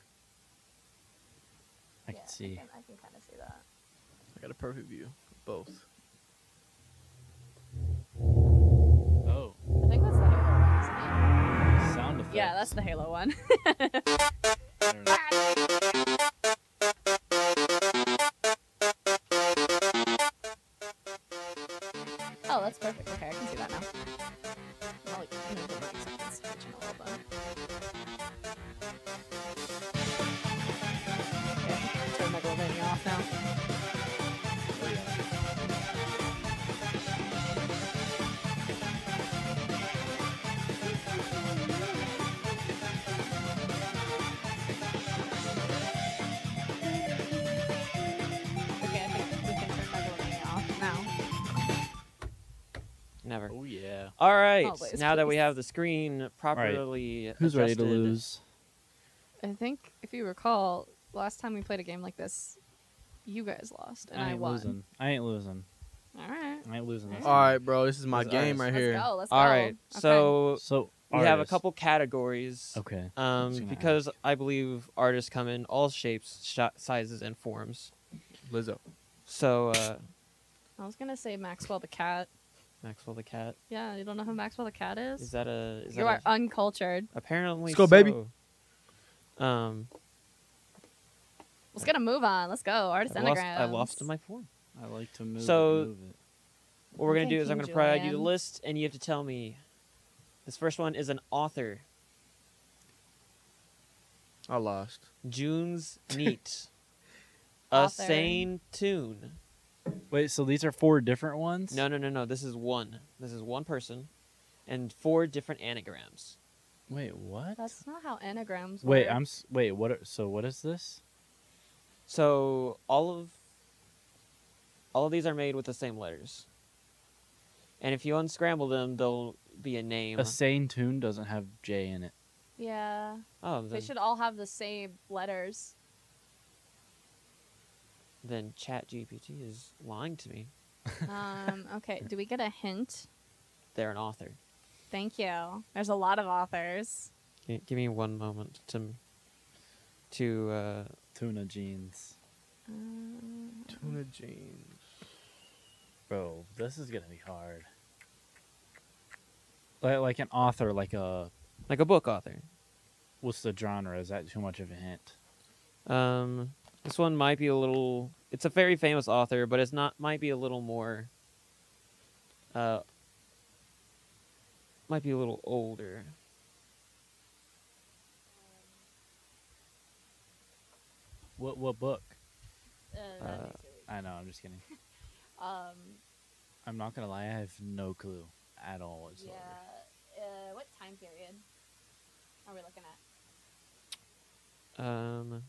S2: I
S3: Yeah,
S2: can see.
S3: I can kind of see that.
S4: I got a perfect view. of Both.
S2: Oh,
S3: I think that's the Halo one. Isn't it?
S2: sound effects.
S3: Yeah, that's the Halo one.
S2: I don't know.
S3: oh, that's perfect. Okay, I can see that now. I'll, like, move the mic so I can see it in a little bit. Okay, turn my Goldania off now. [LAUGHS] Okay, I think we can turn my Goldania off now.
S1: Never.
S2: Oh yeah.
S1: All right.
S3: Always,
S1: now that we
S3: please.
S1: have the screen properly
S2: Who's ready to
S1: adjusted-
S2: lose?
S3: I think if you recall, last time we played a game like this, you guys lost and
S2: I
S3: I,
S2: ain't
S3: won.
S2: losing. I ain't losing.
S3: All right.
S2: I ain't losing this.
S4: All right, bro. This is my
S1: These artists.
S4: game right
S3: Let's
S4: here.
S3: go. Let's
S1: All
S3: go.
S1: right.
S3: Oh, Okay.
S1: So
S2: So
S1: we have a
S2: artists.
S1: couple categories.
S2: Okay.
S1: Um,
S2: Just gonna
S1: because I believe artists come in all shapes, shi sizes, and forms.
S4: Lizzo.
S1: So uh,
S3: I was gonna say Maxwell the cat.
S1: Maxwell the cat
S3: Yeah, you don't know who Maxwell the cat is?
S1: is that a? Is
S3: you
S1: that
S3: are
S1: a
S3: uncultured.
S1: apparently.
S4: Let's go, baby.
S1: so. Um,
S3: Let's gonna move on. Let's go. Artist
S1: I lost,
S3: Enneagrams.
S1: I lost my form.
S2: I like to move.
S1: So-
S2: it, move it.
S1: What we're gonna
S3: Okay,
S1: do is I'm
S3: King
S1: gonna provide you the
S3: Julian.
S1: list, and you have to tell me. This first one is an author,
S4: I lost.
S1: June's
S3: [LAUGHS]
S1: Neat, a
S3: Author.
S1: sane tune.
S2: Wait. So these are four different ones.
S1: No, no, no, no. This is one. This is one person, and four different anagrams.
S2: Wait. What?
S3: That's not how anagrams work.
S2: Wait. I'm. s- Wait. What? Are, so what is this?
S1: So all of all of these are made with the same letters. And if you unscramble them, they'll be a name.
S2: A sane tune doesn't have J in it.
S3: Yeah.
S1: oh,
S3: They
S1: then,
S3: should all have the same letters.
S1: then Chat GPT is lying to me.
S3: Um, [LAUGHS] okay. Do we get a hint?
S1: They're an author.
S3: Thank you. There's a lot of authors.
S1: Gi- Give me one moment to to uh,
S2: Tuna jeans.
S3: Uh,
S4: Tuna jeans.
S2: Bro, this is gonna be hard. Like, like an author, like a
S1: like a book author.
S2: what's the genre? Is that too much of a hint?
S1: Um, this one might be a little. It's a very famous author, but it's not. Might be a little more. Uh, might be a little older.
S2: What what book?
S3: uh,
S1: Uh,
S2: I know. I'm just
S3: [LAUGHS]
S2: kidding.
S3: um,
S2: I'm not gonna lie. I have no clue at all whatsoever. [LAUGHS]
S3: yeah. Uh, what time period are we looking at?
S1: Um,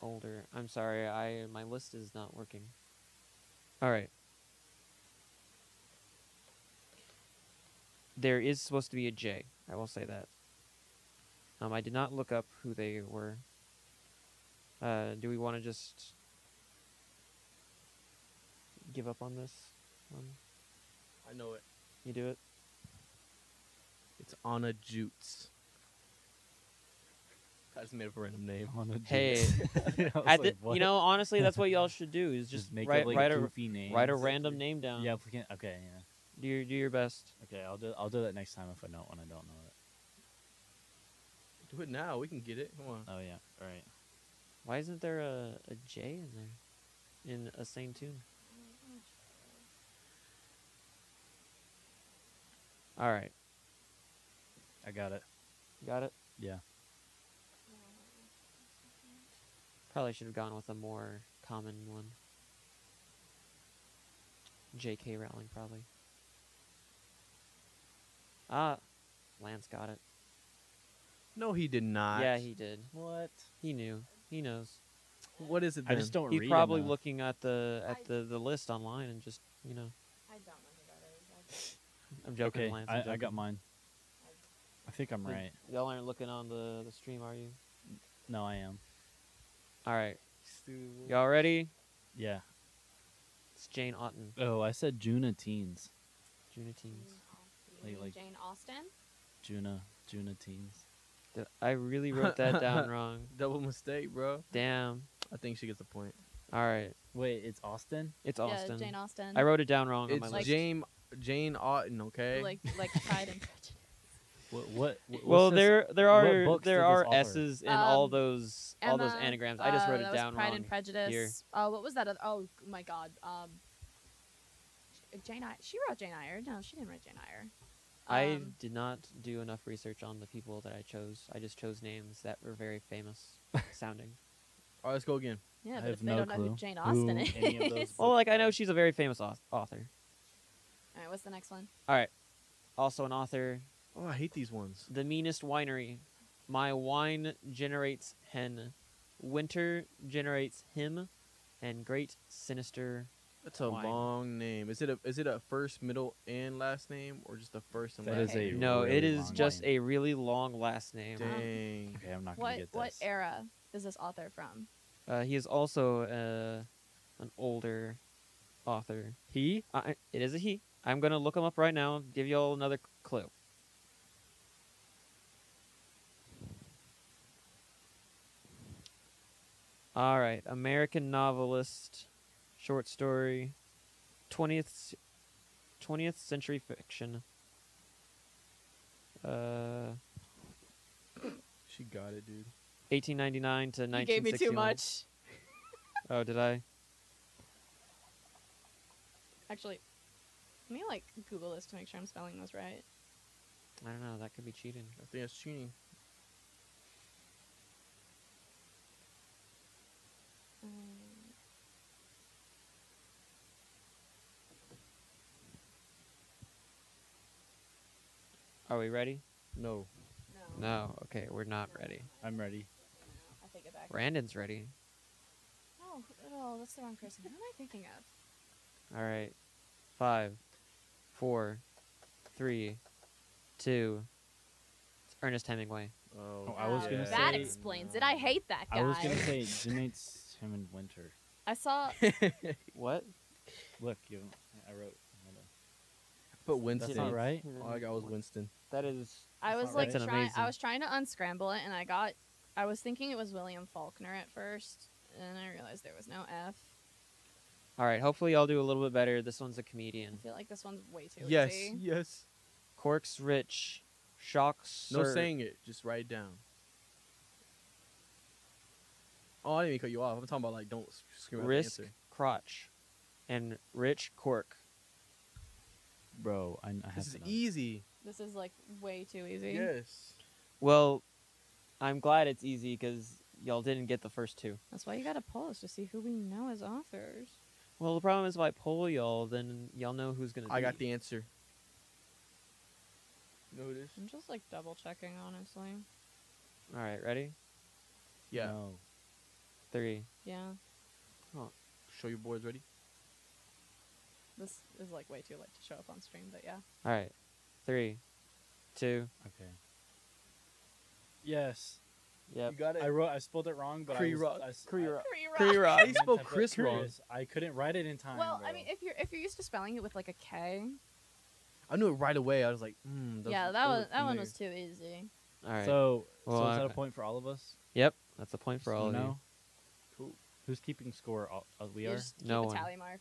S1: older. I'm sorry. I my list is not working. All right. There is supposed to be a J. I will say that. Um, I did not look up who they were. Uh, do we want to just give up on this? one?
S4: I know it.
S1: you do it.
S4: It's Anna Jutes. I just made up a random name.
S2: On a
S1: [LAUGHS] Hey,
S2: [LAUGHS] [LAUGHS] I was
S1: At
S2: like,
S1: the-
S2: what?
S1: you know, honestly, that's what
S2: [LAUGHS]
S1: y'all should do. Is just,
S2: just make
S1: write
S2: up like
S1: write a
S2: goofy names.
S1: Write a random name down.
S2: Yeah, if we can. Okay, yeah.
S1: Do your, do your best.
S2: Okay, I'll do. I'll do that next time if I know it when I don't know it.
S4: Do it now. We can get it. Come on.
S2: Oh yeah. All right.
S1: Why isn't there a, a J in there? In a same tune. All right.
S2: I got it.
S1: Got it?
S2: Yeah.
S1: Probably should have gone with a more common one. J.K. Rowling, probably. Ah, Lance got it.
S4: No, he did not.
S1: Yeah, he did.
S2: What?
S1: He knew. He knows.
S4: What is it?
S2: I
S4: Then?
S2: just don't
S1: He's
S2: read
S1: probably
S2: enough.
S1: looking at the at
S3: I-
S1: the, the list online and just you know.
S3: I don't know who that is. I just-
S1: I'm joking,
S2: okay,
S1: Lance. I'm
S2: I, I
S1: joking.
S2: got mine. I think I'm
S1: Then
S2: right.
S1: Y'all aren't looking on the, the stream, are you?
S2: No, I am.
S1: All right, y'all ready?
S2: Yeah.
S1: It's Jane Austen,
S2: Oh, I said Juna teens.
S1: Juna Teens.
S3: You
S2: Like-
S3: mean
S2: like-
S3: Jane Austen.
S2: Juna, Juna teens.
S1: Did- I really wrote [LAUGHS] that down wrong.
S4: [LAUGHS] Double mistake, bro.
S1: Damn.
S4: I think she gets a point.
S1: All right,
S2: Wait, it's Austin.
S1: it's
S3: Yeah,
S1: Austen.
S3: Jane Austen.
S1: I wrote it down wrong on my
S4: It's
S1: list.
S4: Jane Jane Austen, okay?
S3: like
S1: [LAUGHS]
S3: like Pride and Prejudice.
S2: What? What? wh-
S1: Well,
S2: what's this-
S1: there there
S2: what
S1: are
S2: books
S1: there
S2: did
S1: are
S2: this author?
S1: s's in all
S3: Um,
S1: those all those
S3: Emma,
S1: anagrams. I just
S3: uh,
S1: wrote
S3: that
S1: it
S3: was
S1: down
S3: Pride
S1: wrong.
S3: and Prejudice. Uh, what was that? Other? Oh my God. Um, Jane. I- she wrote Jane Eyre. No, she didn't write Jane Eyre.
S1: I
S3: Um,
S1: did not do enough research on the people that I chose. I just chose names that were very [LAUGHS] famous sounding.
S4: All right, let's go again.
S3: Yeah,
S2: I
S3: but
S2: have
S3: if they
S2: no
S3: don't know
S2: clue
S3: who Jane
S2: who
S3: Austen is.
S2: any of [LAUGHS] those
S1: Well, like I know she's a very famous au- author.
S3: [LAUGHS] All right, what's the next one?
S1: Also an author,
S4: Oh, I hate these ones.
S1: The Meanest Winery. My wine generates hen. Winter generates him and great sinister
S4: That's a
S1: Wine.
S4: long name. Is it a is it a first, middle, and last name, or just the first and
S2: That
S4: last?
S2: is a
S4: name?
S1: No, it
S2: really
S1: is
S2: long
S1: just
S2: name.
S1: a really long last name.
S4: Dang.
S2: Okay, I'm not gonna
S3: What
S2: get this.
S3: what era is this author from?
S1: Uh, he is also uh, an older author.
S2: He?
S1: I, it is a he. I'm gonna look him up right now. Give y'all another c- clue. All right, American novelist, short story, twentieth, twentieth century fiction. Uh,
S4: She got it, dude.
S1: 1899 to
S3: You
S1: 1961.
S3: gave me too much.
S1: Oh, did I?
S3: Actually, let me like Google this to make sure I'm spelling this right.
S1: I don't know. That could be cheating.
S4: I think that's cheating.
S3: Um,
S1: Are we ready?
S4: No.
S3: no,
S1: No. Okay, we're not ready.
S2: I'm ready.
S3: I take it back.
S1: Brandon's ready.
S3: Oh, oh, that's the wrong person. Who am I thinking of?
S1: All right. Five, four, three, two. It's Ernest Hemingway.
S4: Oh,
S2: Oh, I was gonna
S4: yeah.
S3: that
S2: say-
S3: explains it. I hate that guy.
S2: I was gonna say Janate's him in winter.
S3: I saw.
S1: What?
S2: Look, you. I wrote. hold on.
S4: But
S2: That's
S4: Winston.
S2: not right.
S4: All I got was Winston.
S1: That is.
S3: I
S1: that's
S3: was
S1: not
S3: like
S1: right. That's an
S3: trying.
S1: amazing-
S3: I was trying to unscramble it, and I got. I was thinking it was William Faulkner at first, and I realized there was no F.
S1: All right. Hopefully, y'all do a little bit better. This one's a
S3: I
S1: comedian.
S3: feel like this one's way too
S4: Yes.
S3: easy.
S4: Yes.
S1: Corks rich, shocks.
S4: No saying it. Just write it down. Oh, I didn't even cut you off. I'm talking about like don't s- scream out the
S1: Risk
S4: answer.
S1: crotch, and rich cork.
S2: Bro, I, I have
S4: This is
S2: to know.
S4: easy.
S3: This is like way too easy.
S4: Yes.
S1: Well, I'm glad it's easy because y'all didn't get the first two.
S3: That's why you gotta poll us to see who we know as authors.
S1: Well, the problem is if I poll y'all, then y'all know who's gonna.
S4: I got
S1: be.
S4: the answer. You know who it is?
S3: I'm just like double checking, honestly.
S1: All right. Ready?
S4: Yeah.
S2: No.
S1: Three.
S3: Yeah,
S4: Show your boards ready.
S3: this is like way too late to show up on stream, but yeah.
S1: All right. Three, two.
S2: Okay. Yes.
S1: Yep.
S4: You got it.
S2: I wrote. I spelled it wrong, but I,
S4: Kree-rock.
S2: was, I s- I-
S3: [LAUGHS]
S1: Kree-rock.
S4: Kree-rock.
S2: I
S4: They
S2: meant to
S4: spelled
S2: put
S4: Chris wrong.
S2: curious. I couldn't write it in time.
S3: Well, I
S2: bro.
S3: mean, if you're if you're used to spelling it with like a K,
S4: I knew it right away. I was like, mm, those
S3: yeah,
S4: look-
S3: that
S4: those
S3: was
S4: look
S3: that one
S4: familiar.
S3: was too easy.
S1: All right.
S2: so,
S1: Well,
S2: so is that
S1: I-
S2: a point for all of us?
S1: Yep, that's a point for
S2: Just
S1: all of you.
S2: no?
S4: Cool.
S2: Who's keeping score? All, uh, we
S3: You
S2: are.
S3: just keep
S1: No
S3: a
S1: one.
S3: tally mark.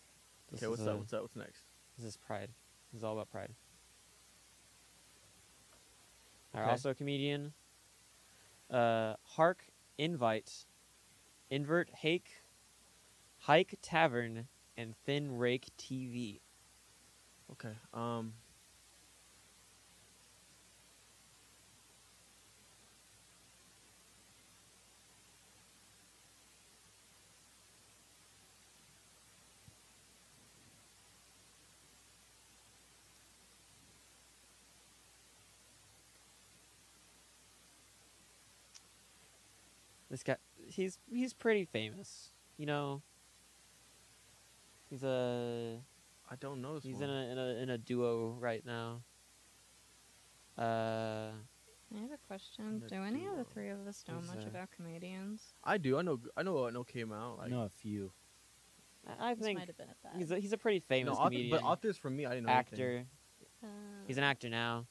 S1: This
S4: Okay,
S1: is
S4: what's
S1: a-
S4: up? What's up? What's next?
S1: This is pride. This is all about pride. Alright,
S4: Okay.
S1: also a comedian. Uh, Hark Invite, Invert Hake, Hike Tavern, and Thin Rake TV.
S4: Okay. Um.
S1: This guy, he's he's pretty famous. You know, he's a
S4: I don't know. This
S1: he's in
S4: one.
S1: a in a in a duo right now. Uh,
S3: I have a question.
S4: The
S3: Do any of the
S4: duo
S3: three of us know
S2: is,
S3: much
S2: uh,
S3: about comedians?
S4: I do. I know. I know. I know. Came out like.
S2: know a few.
S1: I, I
S3: This
S1: think
S3: might have been at that.
S1: he's a, he's a pretty famous
S4: no, off,
S1: comedian,
S4: but off this for me, I didn't know
S1: actor.
S4: anything.
S3: Uh,
S1: He's an actor now.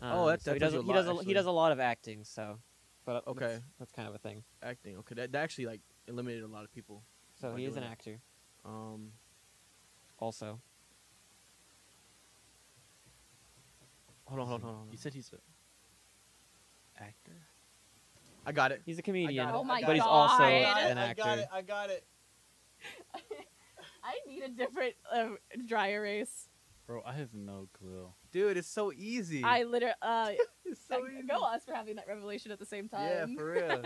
S1: Um,
S4: Oh, that-
S1: so
S4: that
S1: he
S4: tells
S1: does
S4: you a
S1: he
S4: lot,
S1: does he
S4: actually.
S1: does a lot of acting. So, but
S4: Okay.
S1: that's, that's kind of a thing.
S4: Acting. Okay, that, that actually like eliminated a lot of people.
S1: So
S4: By
S1: he is an
S4: doing it.
S1: actor
S4: Um,
S1: also.
S4: hold on, hold on, hold on. hold
S2: You
S4: on.
S2: said he's a actor.
S4: I got it.
S1: He's a comedian,
S4: it,
S3: Oh my
S1: but he's also
S3: God.
S1: an
S4: I
S1: actor.
S4: got it. I got it.
S3: I need a different uh, dry erase.
S2: Bro, I have no clue.
S4: Dude, it's so easy.
S3: I literally. Uh,
S4: it's so easy.
S3: go us for having that revelation at the same
S4: Yeah,
S3: time.
S4: for real.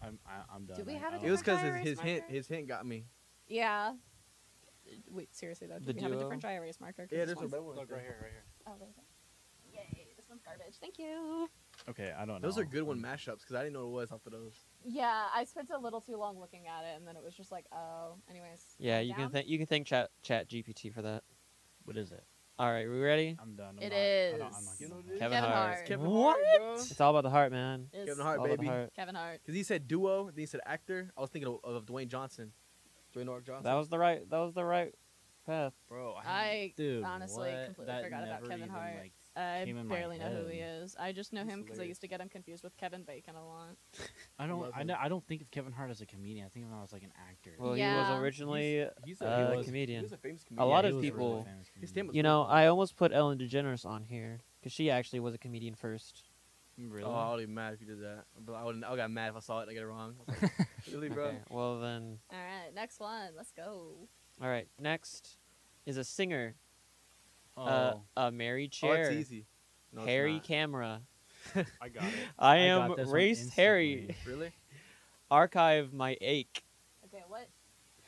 S2: I'm I, I'm done.
S3: we
S2: I-
S3: have a
S2: I
S4: it was
S2: don't-
S4: because
S3: Iris
S4: his, his hint,
S3: marker?
S4: his hint got me.
S3: Yeah. Wait, seriously though, do
S1: The
S3: we have a
S1: duo?
S3: different dry erase marker? 'Cause
S4: Yeah,
S3: this
S4: there's a
S3: one's-
S4: red one. there.
S2: here, right here.
S3: Oh, there's one. Yay, this one's garbage. Thank you.
S2: Okay, I don't know.
S4: Those are good one mashups because I didn't know what it was off of those.
S3: Yeah, I spent a little too long looking at it, and then it was just like, oh. Anyways.
S1: Yeah,
S3: I'm
S1: you can
S3: down.
S1: thank you can thank Chat Chat GPT for that.
S2: What is it?
S1: All right, we ready?
S2: I'm done. I'm
S3: It
S2: not, I don't-
S3: is
S2: I'm not
S4: You know
S2: getting
S4: this?
S1: Kevin
S3: Kevin
S1: Hart.
S3: Hart.
S4: Kevin
S1: What?
S4: Hart, bro.
S1: It's all about the heart, man.
S3: Is
S4: Kevin Hart,
S1: all about
S4: baby.
S1: the heart.
S3: Kevin Hart.
S4: Because he said duo, then he said actor. I was thinking of, of Dwayne Johnson. Dwayne Ork Johnson.
S1: That was the right. That was the right path.
S2: Bro,
S3: I
S2: dude,
S3: honestly
S2: what?
S3: completely
S2: That
S3: forgot about
S2: never
S3: Kevin
S2: even,
S3: Hart.
S2: like,
S3: I
S2: came in my
S3: barely know who he
S2: head.
S3: is. I just know
S2: He's
S3: him because I
S2: hilarious.
S3: used to get him confused with Kevin Bacon a lot.
S2: I don't.
S4: Love
S2: I
S4: him.
S2: know. I don't think of Kevin Hart as a comedian. I think of him as like an actor.
S1: Well, he was
S3: Yeah.
S1: originally.
S4: he's
S1: Uh,
S4: he was-
S1: comedian.
S4: He was a famous
S1: A
S4: comedian.
S1: lot
S2: he
S1: of
S2: was a really
S1: people-
S2: famous
S4: His
S2: comedian.
S4: was
S1: You know, I almost put Ellen DeGeneres on here because she actually was a comedian first.
S2: Really?
S4: Oh, I would be mad if you did that. But I wouldn't. I got mad if I saw it and I got it wrong. I was like, really, bro?
S1: Okay, well then,
S3: All right, next one. Let's go.
S1: all right. Next is a singer.
S2: oh,
S1: Uh, a Mary
S4: Oh,
S1: Chair.
S4: it's easy. No, it's
S1: Harry
S4: not.
S1: Camera.
S2: I got it.
S1: I
S2: I
S1: am
S2: got this one
S1: race Harry.
S2: instantly.
S4: [LAUGHS] Really?
S1: Archive my ache.
S3: Okay, what,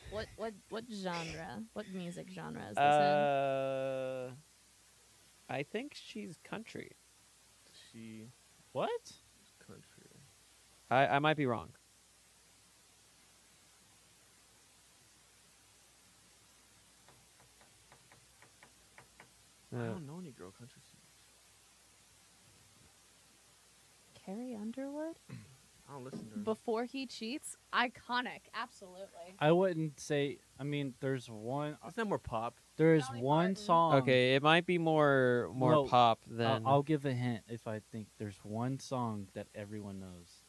S3: what, what, what genre? What music genre is this in?
S1: Uh, I think she's country.
S4: She
S2: What?
S4: country.
S1: I, I might be wrong.
S4: I
S1: Uh,
S4: don't know any girl country singers.
S3: Carrie Underwood.
S4: I don't listen
S2: Mm.
S4: to her.
S3: Before he cheats, iconic, absolutely.
S2: I wouldn't say. I mean, there's one.
S4: Isn't that more pop?
S2: There is
S3: Dolly
S2: one
S3: Parton.
S2: song.
S1: okay, it might be more more
S2: No,
S1: pop
S2: I'll-
S1: than
S2: I'll give a hint if I think there's one song that everyone knows.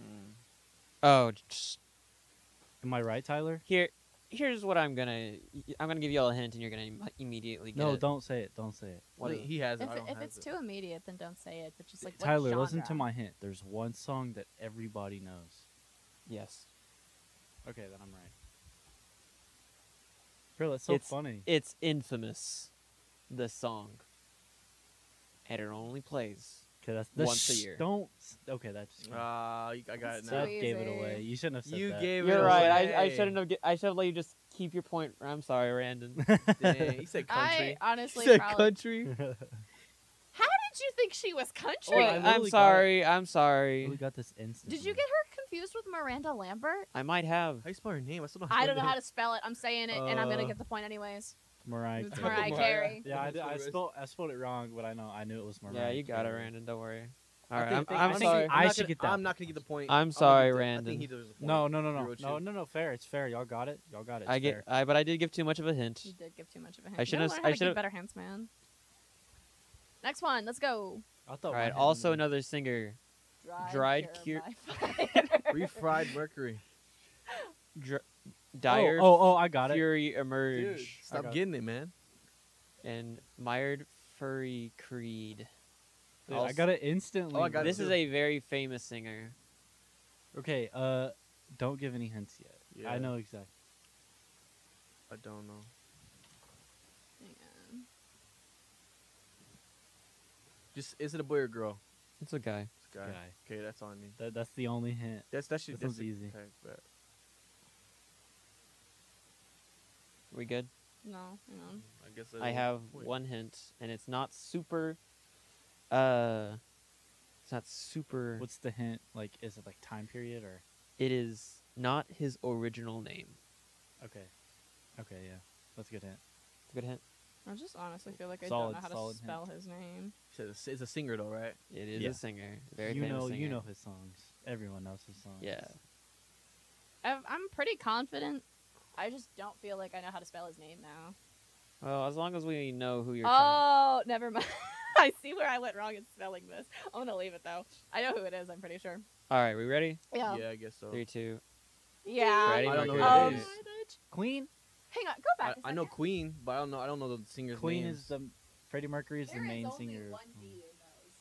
S2: Mm.
S1: oh. Just,
S2: Am I right, Tyler?
S1: here, here's what I'm gonna I'm gonna give you all a hint, and you're gonna im- immediately get
S2: No,
S1: it.
S2: don't say it. Don't say it.
S1: What
S4: Wait,
S1: is it?
S4: he has it.
S3: If,
S4: I don't
S3: if
S4: have
S3: it's
S4: it.
S3: too immediate, then don't say it. But just like what
S2: Tyler, listen to
S3: genre?
S2: my hint. There's one song that everybody knows.
S1: Yes,
S2: Okay, then I'm right. Bro, that's so
S1: It's-
S2: funny.
S1: it's infamous, the song, and it only plays.
S2: Okay, that's
S1: once a
S2: sh-
S1: year.
S2: Don't. s- Okay, that's.
S4: Ah, you- I got it
S3: It's
S4: now.
S2: that gave it
S3: easy.
S2: away. You shouldn't have said
S4: You
S2: that.
S4: gave it
S1: You're right. I, I
S4: away.
S1: shouldn't have. Get, I should have let you just keep your point. I'm sorry, [LAUGHS] Randon.
S4: Dang, [LAUGHS] he said
S3: I
S4: country. he
S3: honestly
S4: said
S3: probably.
S4: country.
S2: [LAUGHS]
S3: How did you think she was country?
S1: Wait,
S2: I
S1: I'm
S2: literally got-
S1: sorry. I'm
S2: we
S1: sorry.
S2: got this instant.
S3: did you get her confused with Miranda Lambert?
S1: I might have.
S4: How you spell her name? I still don't.
S3: I don't know how to spell it. I'm saying it, and I'm gonna
S4: Uh,
S3: get the point anyways.
S2: Mariah?
S3: It's
S2: Carey.
S3: Mariah Carey.
S2: Yeah, I, did- I spelled I spelled it wrong, but I know I knew it was Mariah.
S1: Yeah, you got it,
S2: Carey.
S1: Randon. Don't worry.
S4: I
S1: All right, I'm,
S4: think-
S1: I'm
S4: think he-
S1: sorry.
S2: I
S4: not
S2: should
S4: gonna-
S2: get that
S4: I'm not gonna get the point.
S1: I'm
S4: I'll give
S1: sorry,
S4: it to- I
S1: Randon.
S4: think he deserves a point.
S2: No, no, no,
S4: You
S2: no,
S4: wrote
S2: no,
S4: you.
S2: no, no. Fair. It's fair. Y'all got it. Y'all got it.
S1: I
S2: it's
S1: get.
S2: fair.
S1: I but I did give too much of a hint.
S3: You did give too much of a hint.
S1: I should've
S3: You
S1: s-
S3: learn
S1: I
S3: how to give
S1: should've-
S3: better hints, man. Next one. Let's go.
S2: I thought.
S1: All
S2: my
S1: right.
S2: hand
S1: Also,
S2: was-
S1: another singer,
S3: Dried,
S1: Dried
S3: cure.
S1: cure-
S3: by fire. [LAUGHS]
S4: Refried Mercury.
S1: Dr-
S2: Oh,
S1: Dire
S2: oh, oh, I got it.
S1: Fury Emerge,
S4: Stop
S2: got-
S4: getting it, man.
S1: and Mired Furry Creed.
S2: Dude, I got it instantly.
S4: Oh, I got it
S1: This is
S4: too.
S1: a very famous singer.
S2: Okay. Uh, don't give any hints yet.
S4: Yeah.
S2: I know exactly.
S4: I don't know.
S3: Hang on.
S4: Just is it a boy or girl?
S1: It's a guy.
S4: This guy.
S2: Guy.
S4: Okay, that's on me.
S2: That, that's the only hint.
S4: That's that should
S2: This one's
S4: that's a-
S2: easy.
S4: Okay, bet.
S1: We good?
S3: No, hang on.
S4: Mm-hmm. I guess
S1: I
S4: don't-
S1: have
S4: Wait.
S1: one hint, and it's not super. Uh, It's not super.
S2: What's the hint? Like, is it like time period or?
S1: It is not his original name.
S2: Okay. Okay, yeah. That's a good hint.
S1: It's a good hint.
S3: I just honestly feel like I
S2: Solid-
S3: don't know how to
S2: solid hint.
S3: spell his name.
S4: So it's it's a singer though, right?
S1: It is
S2: Yeah.
S1: a singer. Very
S2: you
S1: famous
S2: know, you
S1: singer.
S2: know his songs. Everyone knows his songs.
S1: Yeah.
S3: I've, I'm pretty confident. I just don't feel like I know how to spell his name now.
S1: Well, as long as we know who you're. trying-
S3: Oh, never mind. [LAUGHS] I see where I went wrong in spelling this. I'm gonna leave it though. I know who it is. I'm pretty sure.
S1: All right, we ready?
S3: Yeah. Yeah.
S4: I guess so.
S1: Three, two.
S4: I
S1: Ready?
S4: don't know
S1: Mark
S4: who
S1: it.
S4: that
S3: Um,
S4: is.
S2: Queen.
S3: Hang on. Go
S4: I,
S3: back. a
S4: I know
S3: second.
S4: Queen, but I don't know. I don't know the singer's
S2: Queen
S4: name.
S2: is the Freddie Mercury is the
S3: There is
S2: main
S3: only
S2: singer.
S3: one
S2: Mm.
S3: D in those.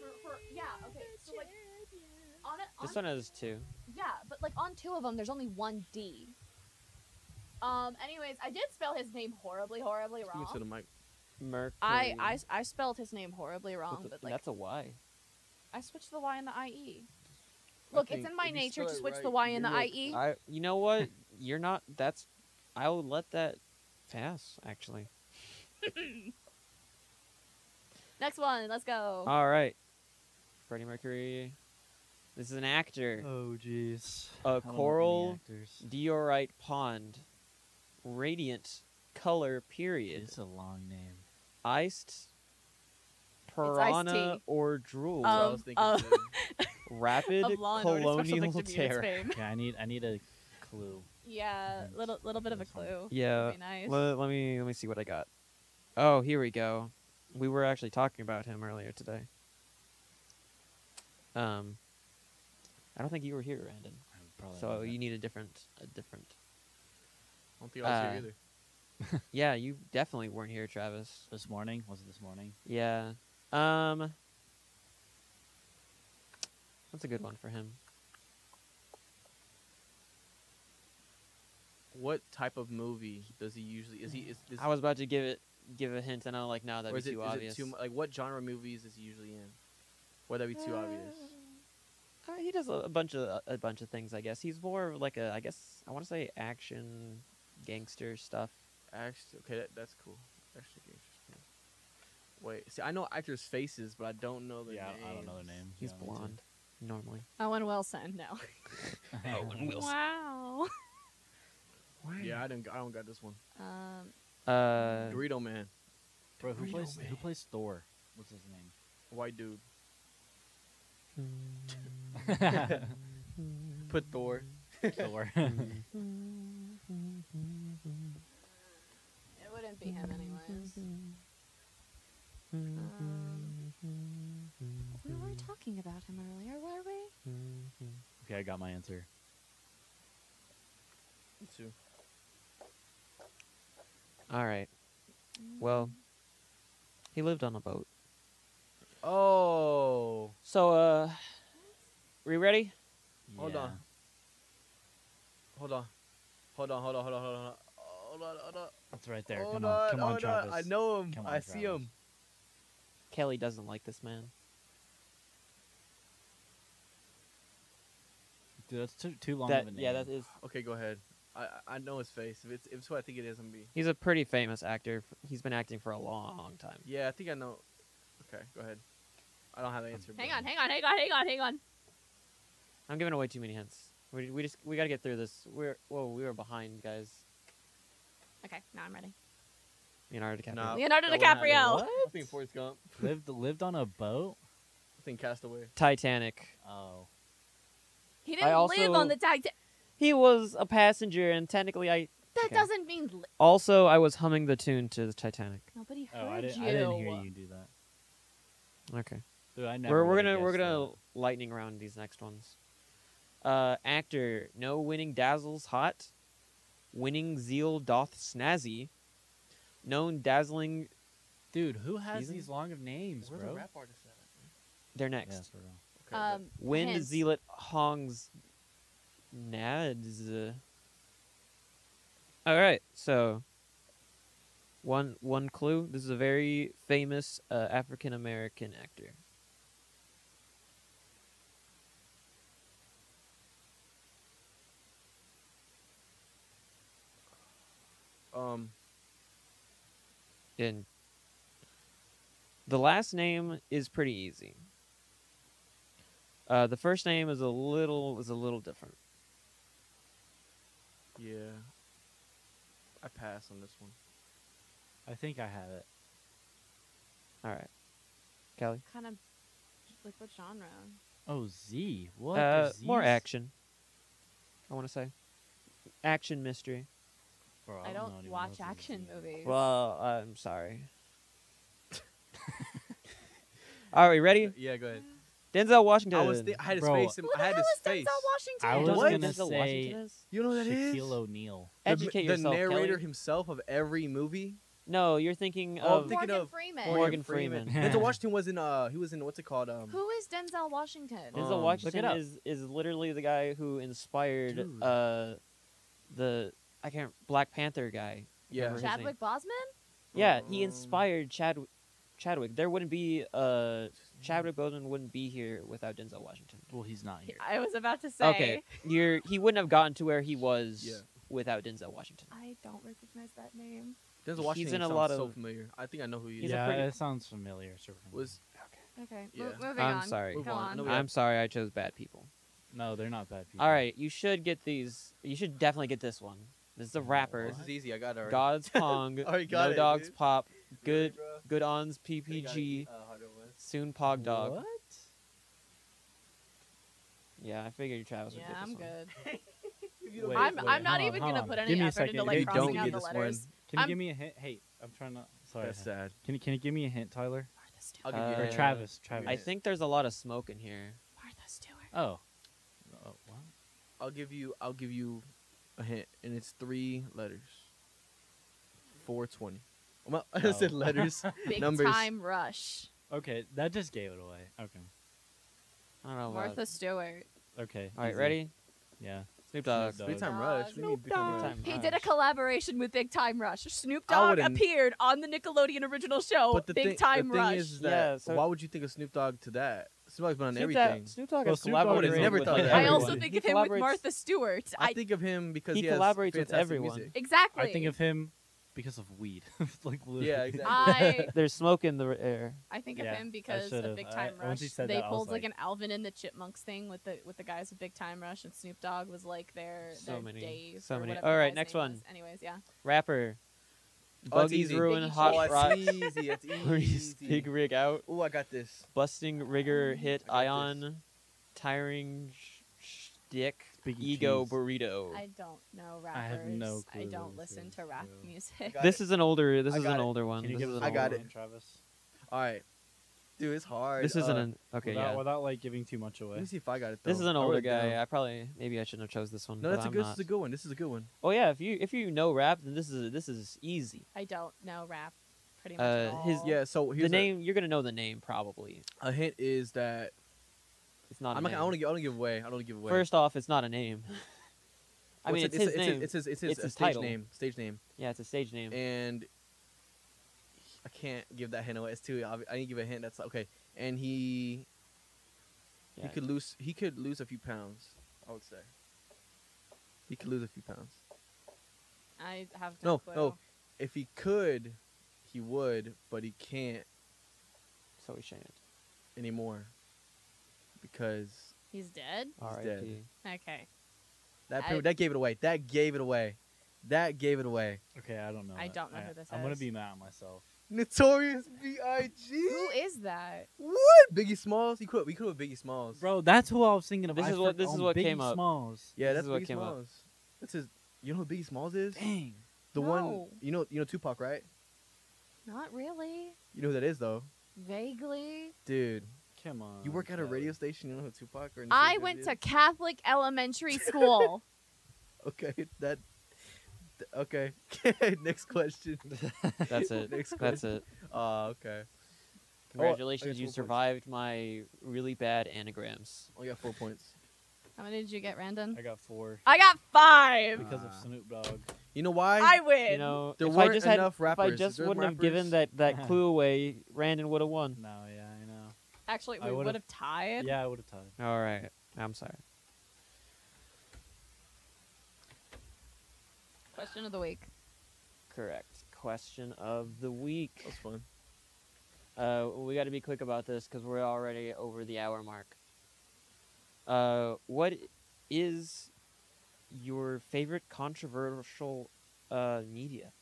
S3: For- for- yeah, okay, so, like, on it-
S1: This
S3: on-
S1: one has two.
S3: Yeah, but like on two of them, there's only one D. Um. Anyways, I did spell his name horribly, horribly
S4: Give me to the
S3: wrong.
S4: mic.
S1: Mercury.
S3: I, I, I spelled his name horribly
S1: That's
S3: wrong,
S1: a-
S3: but like
S1: that's a Y.
S3: I switched the Y and the IE. Look, it's in my nature to switch the Y and the E. IE.
S1: I. You know
S2: [LAUGHS]
S1: what? You're not. That's. I will let that pass. Actually.
S3: Next one, let's go.
S1: All right. Freddie Mercury. This is an actor.
S2: Oh jeez.
S1: A
S2: I don't know any
S1: choral
S2: actors.
S1: Diorite pond. Radiant color period.
S2: It's a long name.
S1: Iced piranha
S3: tea.
S1: or drool.
S3: Um,
S4: I was thinking
S3: uh,
S4: too.
S1: Rapid
S3: of Law and Order Special
S1: colonial
S3: Victim Unit's [LAUGHS]
S1: terror.
S3: fame.
S2: Okay, I need I need a clue.
S1: [LAUGHS]
S3: Yeah,
S2: Thanks.
S3: little little bit of a
S2: That's fine.
S3: clue.
S1: Yeah.
S3: Would be nice.
S1: Let, let me let me see what I got. Oh, here we go. We were actually talking about him earlier today. Um, I don't think you were here, Brandon.
S2: I probably
S1: so
S2: wasn't.
S1: you need a different a different.
S4: I don't think I was
S1: uh,
S4: here either.
S1: Yeah, you definitely weren't here, Travis.
S2: this morning was it this morning?
S1: Yeah. Um. That's a good one for him.
S4: What type of movie does he usually? Is he? Is, is
S1: I was about to give it give a hint, and I was like, no, that'd
S4: or
S1: be
S4: is it,
S1: too
S4: is
S1: obvious.
S4: it too mu- like what genre movies is he usually in? Would that be too obvious?
S1: Uh, he does a, a bunch of a bunch of things, I guess. He's more of like a, I guess I want to say action, gangster stuff.
S4: Actually, okay, that, that's cool. Actually, interesting. Wait, see, I know actors' faces, but I don't know their
S2: yeah,
S4: names.
S2: I don't know their name.
S1: He's
S2: yeah, me too.
S1: blonde, normally.
S3: Owen Wilson. No.
S2: Oh,
S4: Oh,
S1: Oh.
S3: Wow. [LAUGHS]
S4: Yeah, I don't. I don't got this one.
S3: Um.
S1: Uh,
S4: Dorito Man,
S2: [LAUGHS]
S1: [LAUGHS]
S2: Bro, who plays who plays Thor? What's his
S4: white dude.
S2: name?
S4: [LAUGHS] Put Thor.
S2: Thor.
S3: It wouldn't be him
S1: [LAUGHS]
S3: anyways. Um, we were talking about him earlier, were we?
S2: [LAUGHS] okay, I got my answer.
S4: Me Too.
S1: all right. Well, he lived on a boat.
S4: Oh,
S1: So, uh, we ready?
S4: Hold
S2: Yeah.
S4: on. hold on, hold on, hold on, hold on, hold on, hold on, hold on.
S2: It's right there.
S4: hold
S2: come
S4: on,
S2: on, come on,
S4: hold
S2: Travis.
S4: I know him.
S2: Come
S4: I
S2: on,
S4: see
S2: Travis.
S4: him.
S1: Kelly doesn't like this man.
S2: Dude, that's too too long
S1: That
S2: of a name.
S1: yeah, that is.
S4: Okay, go ahead. I I- I know his face. If it's if it's who I think it is, I'm gonna be.
S1: He's a pretty famous actor. He's been acting for a long time.
S4: Yeah, I think I know. Okay, go ahead. I don't have an answer.
S3: Hang
S4: but-
S3: on, hang on, hang on, hang on, hang on.
S1: I'm giving away too many hints. We, we just we gotta get through this. We're whoa, we were behind, guys.
S3: Okay, now I'm ready.
S1: Leonardo DiCaprio.
S4: Nah,
S3: Leonardo
S4: that wouldn't
S3: DiCaprio.
S4: happen.
S3: What?
S4: I think Forrest Gump.
S2: lived lived on a boat.
S4: I think Castaway.
S1: Titanic.
S2: Oh,
S3: He
S1: I
S3: didn't live
S1: also-
S3: on the tag.
S1: He was a passenger, and technically, I
S3: that
S1: Okay.
S3: doesn't mean li-
S1: also I was humming the tune to the Titanic.
S3: nobody heard
S2: oh, I didn't,
S3: you.
S2: I didn't hear you do that.
S1: Okay.
S2: Dude, I
S1: we're
S2: never.
S1: we're
S2: would've
S1: gonna we're
S2: guessed
S1: gonna lightning round these next ones. Uh, actor, no winning dazzles hot, winning zeal doth snazzy, known dazzling.
S2: that. Dude, who has
S1: Season?
S2: these long of names,
S4: Where's
S2: bro?
S4: the rap artist at?
S1: They're
S2: Yeah,
S1: next.
S2: for real.
S4: Okay,
S3: Um,
S1: Wind
S3: hints.
S1: zealot hongs, nads. All right, so one one clue. This is a very famous uh, African American actor.
S4: but- um,
S1: And The last name is pretty easy. Uh, the first name is a little is a little different.
S4: Yeah. I pass on this one.
S2: I think I have it.
S1: All right, Kelly.
S3: Kind of like what genre?
S2: Oh, Z. What?
S1: uh,
S2: There's
S1: more
S2: Zs?
S1: action. I want to say, action mystery.
S2: Bro,
S3: I
S2: know
S3: don't
S2: anyone
S3: watch
S2: else's Z.
S3: action movies.
S1: Well, I'm sorry. [LAUGHS] Are we ready?
S4: Yeah, go ahead.
S1: Denzel Washington.
S4: I was thi- I had his
S2: Bro,
S4: face. In,
S3: Who
S4: I
S3: the
S4: had
S3: hell
S4: his
S3: is
S4: face.
S3: Denzel
S2: I
S3: Washington?
S2: was
S1: Don't you know
S2: gonna
S1: Denzel
S2: say-
S1: Washington is?
S4: You know who that is?
S2: Shaquille O'Neal.
S1: Educate
S4: the, the
S1: yourself,
S4: narrator
S1: Kelly.
S4: himself of every movie.
S1: No, you're thinking
S4: Oh, I'm
S1: of
S4: thinking
S3: Morgan
S4: of
S3: Freeman.
S1: Morgan Freeman.
S4: [LAUGHS] Denzel Washington was in. Uh, he was in what's it called? Um,
S3: Who is Denzel Washington?
S1: Denzel
S4: Um, look it
S1: Washington
S2: up.
S1: is is literally the guy who inspired
S2: Dude.
S1: uh the I can't Black Panther guy.
S4: yeah.
S1: his name?
S3: Chadwick Bosman?
S1: Yeah, he
S4: Um,
S1: inspired Chad Chadwick. There wouldn't be uh Chadwick Boseman wouldn't be here without Denzel Washington.
S2: Well, he's not here.
S3: I was about to say.
S1: Okay, you're he wouldn't have gotten to where he was
S4: Yeah.
S1: without Denzel Washington.
S3: I don't recognize that name.
S4: Denzel
S1: He's
S4: Washington.
S1: in a
S4: sounds
S1: lot
S4: so
S1: of-
S4: familiar. I think I know who he
S1: He's
S4: is.
S1: a
S2: yeah,
S1: pretty-
S2: it sounds familiar. Sort of.
S4: Was
S3: Okay.
S4: Yeah.
S3: Mo- moving
S1: I'm
S3: on.
S1: sorry.
S3: Go
S4: Move on.
S3: on.
S4: No, we-
S1: I'm sorry, I chose bad people.
S2: no, they're not bad people.
S1: All right, you should get these. You should definitely get this one. This is a rapper.
S4: this is easy. Oh, [LAUGHS] I got it. already.
S1: God's Pong.
S4: Already got
S1: no
S4: it,
S1: dogs
S4: dude.
S1: pop.
S4: You ready,
S1: Good
S4: bro?
S1: good ons
S4: They got,
S1: PPG.
S4: uh, harder ones.
S1: Soon Pog Dog.
S2: What?
S1: Yeah, I figured Travis
S3: Yeah,
S1: would get this
S3: I'm
S1: one.
S3: good.
S4: If you don't
S2: Wait,
S4: get
S3: I'm,
S4: this
S2: wait,
S3: I'm
S4: one,
S3: not
S2: hold on,
S3: even
S2: hold
S3: gonna
S2: on.
S3: put
S2: Give
S3: any
S2: me a
S3: effort
S2: second.
S3: into
S2: If
S3: like
S2: you
S3: crossing
S4: don't
S3: out
S4: get
S3: the
S4: this
S3: letters.
S2: Can you
S3: I'm-
S2: give me a hint? Hey, I'm trying to. Sorry.
S4: That's
S2: Hen-
S4: sad.
S2: Can you can you give me a hint, Tyler?
S3: Martha
S4: I'll
S3: Stewart.
S4: give
S1: Uh,
S4: you a
S2: Or
S4: hint.
S2: Travis? Travis.
S1: I think there's a lot of smoke in here.
S3: Martha Stewart. [LAUGHS]
S4: [LAUGHS]
S2: Oh. oh what?
S4: I'll give you. I'll give you a hint, and it's three letters. Four twenty. Well, [LAUGHS] I said
S2: Oh.
S3: [LAUGHS]
S4: letters.
S3: Big
S4: Numbers.
S3: time rush.
S2: Okay, that just gave it away. Okay.
S1: I don't know about.
S3: Martha Stewart.
S2: Okay.
S1: All right,
S2: easy.
S1: ready?
S2: Yeah.
S1: Snoop Dogg.
S4: Big
S2: Dog.
S4: time
S1: Ah,
S4: rush. We need big time
S1: Dog.
S4: rush.
S1: Time
S3: Uh, He
S1: Rush.
S3: did a collaboration with Big Time Rush. Snoop
S4: I
S3: Dogg
S4: wouldn't-
S3: appeared on the Nickelodeon original show
S4: But
S3: Oh,
S4: the
S3: Big
S4: thing,
S3: Time
S4: the thing
S3: Rush.
S4: is
S1: Yeah,
S4: that
S1: so-
S4: why would you think of Snoop Dogg to that? Snoop Dogg's been on
S1: Snoop
S4: everything.
S1: Dogg, Snoop Dog
S2: Well,
S1: has
S2: Snoop Dogg has
S1: collaborated
S4: never
S1: with
S4: thought
S1: like,
S4: that.
S3: I
S1: everyone.
S3: also
S2: Everyone.
S3: think
S1: He
S3: of him with
S1: collaborates-
S3: Martha Stewart.
S4: I,
S3: I
S4: think of him because
S1: He
S4: has
S1: collaborates with
S4: fantastic
S1: everyone.
S4: music.
S3: exactly.
S2: I think of him because of weed. [LAUGHS] like literally.
S4: Yeah, exactly. [LAUGHS]
S3: I
S1: [LAUGHS] There's smoke in the air.
S3: I think of
S2: Yeah,
S3: him because
S2: should've.
S3: of Big
S2: I-
S3: Time Rush.
S2: once you said
S3: they
S2: that, I was
S3: pulled like,
S2: like-
S3: an Alvin and the Chipmunks thing with the with the guys with Big Time Rush and Snoop Dogg was like their,
S1: So
S3: their
S1: many-
S3: Dave
S1: so
S3: or
S1: many.
S3: whatever the
S1: Alright,
S3: guy's
S1: next
S3: name
S1: one.
S3: was. Anyways, yeah.
S1: Rapper.
S4: Oh, it's
S1: Buggies
S4: easy.
S1: ruin
S3: Biggie
S1: hot
S4: oh,
S1: rock.
S4: that's
S1: [LAUGHS]
S4: easy. That's
S1: Breeze,
S4: easy.
S1: Big rig out.
S4: Oh, I got
S1: [LAUGHS]
S4: this.
S1: Busting
S3: Oh,
S1: rigor hit
S4: I got
S1: ion.
S4: this.
S1: Tiring stick.
S2: Biggie
S1: Ego
S2: Cheese.
S1: burrito.
S3: I don't know rappers.
S2: I have no
S3: I
S2: clue
S3: don't
S2: who
S3: listen
S2: this
S3: to rap
S2: is.
S3: music. [LAUGHS]
S4: Got
S1: this
S4: it.
S1: is an older. This
S4: I
S1: is
S4: got
S1: an
S4: it.
S1: older one.
S2: Can you
S1: This
S2: give
S1: is
S2: us
S1: an
S4: I
S1: older
S4: got
S1: one.
S4: it.
S2: Travis?
S4: All right, dude, it's hard.
S1: This isn't
S4: Uh,
S1: an okay.
S2: without,
S1: yeah.
S2: without like giving too much
S4: Let
S2: away.
S4: me see if I got it. Though.
S1: This is an
S4: I wrote
S1: older
S4: it down.
S1: guy. I probably maybe I shouldn't have chose this one.
S4: No,
S1: but
S4: that's a
S1: I'm
S4: good.
S1: Not.
S4: This is a good one. This is a good one.
S1: Oh yeah, if you if you know rap, then this is this is easy.
S3: I don't know rap pretty much at
S1: Uh, his-
S3: all.
S4: Yeah. So here's
S1: the name you're gonna know the name probably.
S4: A, a hint is that
S1: It's not. a
S4: I'm not.
S1: name.
S4: gonna- I want to. I want to give away. I don't wanna give away.
S1: First off, it's not a
S4: [LAUGHS]
S1: name. I
S4: Well,
S1: mean, it's,
S4: a-
S1: his
S4: a-
S1: name.
S4: It's his. It's his.
S1: It's
S4: uh,
S1: his
S4: stage
S1: title. Mm.
S4: name. Stage name.
S1: yeah, it's a stage name.
S4: And I can't give that hint away. It's too. obvi- I need to give a hint. That's okay. And he.
S1: Yeah.
S4: He could lose. He could lose a few pounds. I would say. He could lose a few pounds.
S3: I have no,
S4: No,
S3: clue.
S4: no. If he could, he would, but he can't
S1: So we shouldn't.
S4: anymore because
S3: He's dead?
S1: R.I.P.
S3: Okay.
S4: that
S3: I-
S4: that gave it away. That gave it away. That gave it away.
S2: Okay, I don't know.
S3: I
S2: it.
S3: don't know who this
S2: I'm gonna
S3: is.
S2: be mad at myself.
S4: Notorious B.I.G.
S3: Who is that?
S4: What? Biggie Smalls? He could. We could have Biggie Smalls.
S2: Bro, that's who I was thinking of.
S1: This
S2: I
S1: is what-
S2: forgot-
S1: this is
S2: oh,
S1: what
S2: Biggie
S1: came up.
S2: Smalls.
S4: Yeah,
S1: This
S4: that's
S1: is what
S4: Biggie
S1: came up.
S4: Smalls. That's his. You know who Biggie Smalls is?
S2: Dang.
S4: The one.
S3: No.
S4: You know. You know Tupac, right?
S3: Not really.
S4: You know who that is, though.
S3: Vaguely.
S4: Dude,
S2: Come on.
S4: you
S1: Oh,
S4: work at a
S2: Tyler.
S4: radio station. You know who Tupac or
S3: I
S4: Notorious
S3: went
S4: is?
S3: to Catholic elementary school.
S4: Okay, that. th- Okay. [LAUGHS] Next question.
S1: [LAUGHS] [LAUGHS] That's it.
S4: Next
S1: That's it.
S4: [LAUGHS] Oh, okay.
S1: Congratulations,
S4: guess
S1: you
S4: we'll put-
S1: survived my really bad anagrams.
S4: I got four points.
S3: How many did you get, Randon?
S2: I got four
S3: I got five.
S2: because of
S4: Ah.
S2: Snoop Dogg.
S4: You know why?
S3: I win.
S1: You know,
S4: There
S1: if I
S4: weren't
S1: just had,
S4: enough
S1: if I
S4: rappers.
S1: just
S4: There's
S1: wouldn't have
S4: rappers-
S1: given that
S4: [LAUGHS]
S1: that clue away, Randon would have won.
S2: No, yeah, I know.
S3: Actually,
S2: I
S3: we
S2: would've-
S3: would have tied.
S2: Yeah, I would have tied.
S1: All right, I'm sorry.
S3: Question of the week.
S1: Correct. Question of the week.
S4: Oh. That was fun.
S1: Uh, we got to be quick about this because we're already over the hour mark. Uh, what is your favorite controversial uh, media?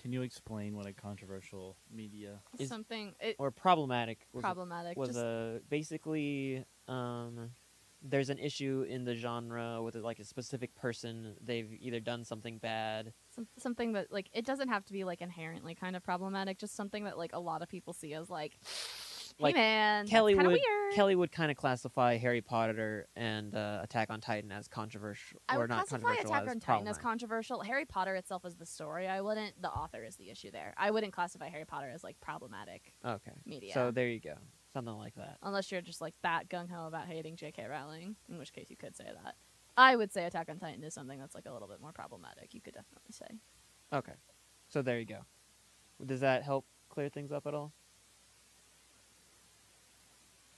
S2: Can you explain what a controversial media?
S1: Is-
S3: Something it,
S1: Or problematic? Was a
S3: problematic.
S1: was
S3: just,
S1: a basically um, there's an issue in the genre with like a specific person. They've either done something bad.
S3: some, something that like it doesn't have to be like inherently kind of problematic just something that like a lot of people see as like hey
S1: Like,
S3: man that's
S1: Kelly
S3: kinda
S1: would
S3: weird.
S1: Kelly would kind of classify Harry Potter and uh, Attack on Titan as controversial,
S3: I
S1: or
S3: would
S1: not
S3: classify
S1: controversial. as
S3: Attack on Titan as
S1: problematic.
S3: controversial. Harry Potter itself is the story. I wouldn't. The author is the issue there. I wouldn't classify Harry Potter as like problematic
S1: okay.
S3: media.
S1: So there you go, something like that.
S3: unless you're just like that gung ho about hating J.K. Rowling, in which case you could say that. I would say Attack on Titan is something that's like a little bit more problematic. You could definitely say.
S1: Okay, so there you go. Does that help clear things up at all?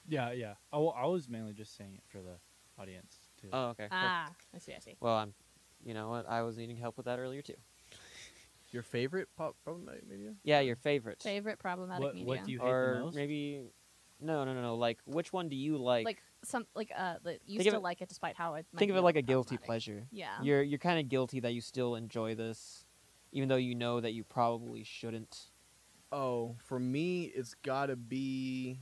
S2: Yeah, yeah. I, wa- I was mainly just saying it for the audience too.
S1: Oh, okay. perfect.
S3: Ah, I see. I see.
S1: Well, I'm. You know what? I was needing help with that earlier too.
S4: Your favorite pop problematic media?
S1: Yeah, your favorite.
S3: Favorite problematic
S2: what
S3: media.
S2: what do you hate the
S1: or
S2: most?
S1: maybe no no no no like which one do you like,
S3: like some like uh the, you
S1: Think of
S3: still
S1: it-
S3: like it despite how it might
S1: think of
S3: be
S1: it like a guilty
S3: problematic.
S1: pleasure
S3: yeah
S1: you're you're kind of guilty that you still enjoy this even though you know that you probably shouldn't
S4: Oh, for me, it's gotta be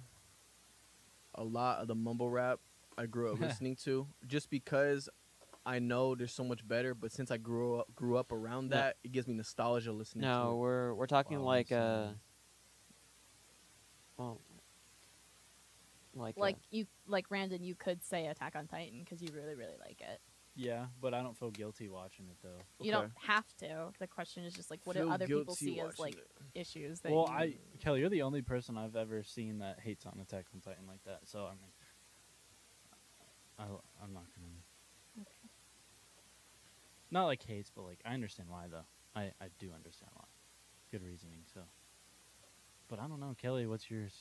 S4: a lot of the mumble rap I grew
S1: [LAUGHS]
S4: up listening to, just because I know there's so much better. But since I grew up grew up around
S1: No.
S4: that, it gives me nostalgia listening.
S1: no
S4: to
S1: we're we're talking
S2: Wow,
S1: like
S2: that's,
S1: uh
S2: uh,
S1: well like uh,
S3: like you like Randon you could say Attack on Titan because you really really like it
S2: yeah, but I don't feel guilty watching it though.
S3: you
S4: Okay.
S3: don't have to the question is just like
S4: it.
S3: what do
S4: Feel
S3: other people
S4: guilty
S3: see as
S4: watching
S3: like
S4: it.
S3: issues that
S2: Well,
S3: you-
S2: I Kelly, you're the only person I've ever seen that hates on Attack on Titan like that. So I mean, I, I'm not gonna. Not like hates, but like I understand why though. I I do understand why. Good reasoning. So, but I don't know, Kelly. What's yours?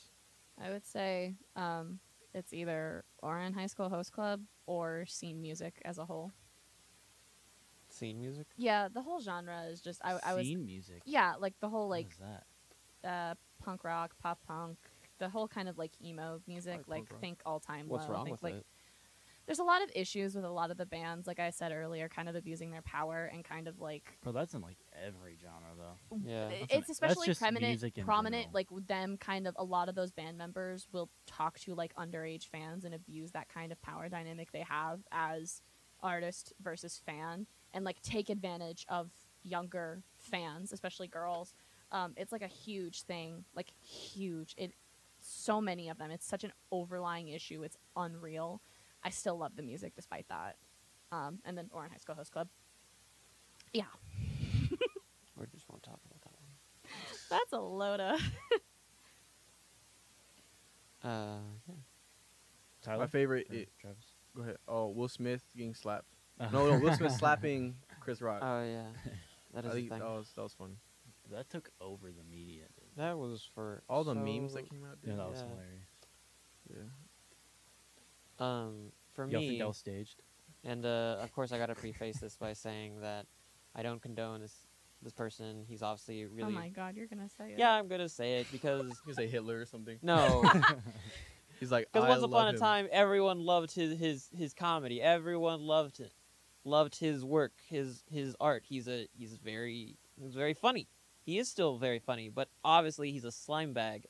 S3: I would say um it's either Oran High School Host Club or scene music as a whole
S1: scene music
S3: yeah the whole genre is just I, I was
S2: Scene music.
S3: yeah like the whole
S2: What
S3: like
S2: is that?
S3: uh, punk rock pop punk the whole kind of like emo music
S4: like
S3: like
S4: punk rock.
S3: think all time
S1: what's
S3: low
S1: wrong
S3: think,
S1: with
S3: like
S1: it
S3: there's a lot of issues with a lot of the bands, like I said earlier, kind of abusing their power and kind of like
S2: Bro, that's in like every genre though.
S1: yeah
S2: That's an-
S3: it's
S2: that's
S3: especially
S2: just
S3: prominent.
S2: music in
S3: Prominent,
S2: general.
S3: like with them, kind of a lot of those band members will talk to like underage fans and abuse that kind of power dynamic they have as artist versus fan, and like take advantage of younger fans, especially girls. Um, it's like a huge thing, like huge. It so many of them. It's such an overlying issue. It's unreal. I still love the music despite that. Um, and then Orange High School Host Club. Yeah,
S1: we just won't talk about that one
S3: that's a load of. [LAUGHS] oh
S1: uh yeah.
S2: Tyler.
S4: My favorite.
S2: Or
S4: It,
S2: Travis.
S4: go ahead. Oh, Will Smith getting slapped. [LAUGHS]
S1: [LAUGHS]
S4: No, no, Will
S2: [LAUGHS]
S4: Smith slapping Chris Rock.
S1: oh yeah that
S4: I
S1: is the
S4: think that
S1: thing
S4: was that was funny.
S2: that took over the media. Dude.
S1: that was for
S4: All the
S1: so
S4: memes that came out.
S2: Yeah,
S4: dude.
S2: that was
S1: Yeah.
S2: hilarious.
S4: yeah.
S1: um for
S2: Y'all
S1: me
S2: think that was
S4: [LAUGHS]
S2: staged? [LAUGHS]
S1: And uh, of course, I got to preface this by saying that I don't condone this this person. He's obviously really.
S3: Oh my god, you're gonna say it.
S1: yeah, I'm gonna say it because
S4: He's like Hitler or something.
S1: no,
S4: He's like.
S1: because
S4: "I
S1: once
S4: love
S1: upon a
S4: him."
S1: time, everyone loved his his his comedy. Everyone loved it, loved his work, his his art. He's a he's very he's very funny. He is still very funny, but obviously he's a slime bag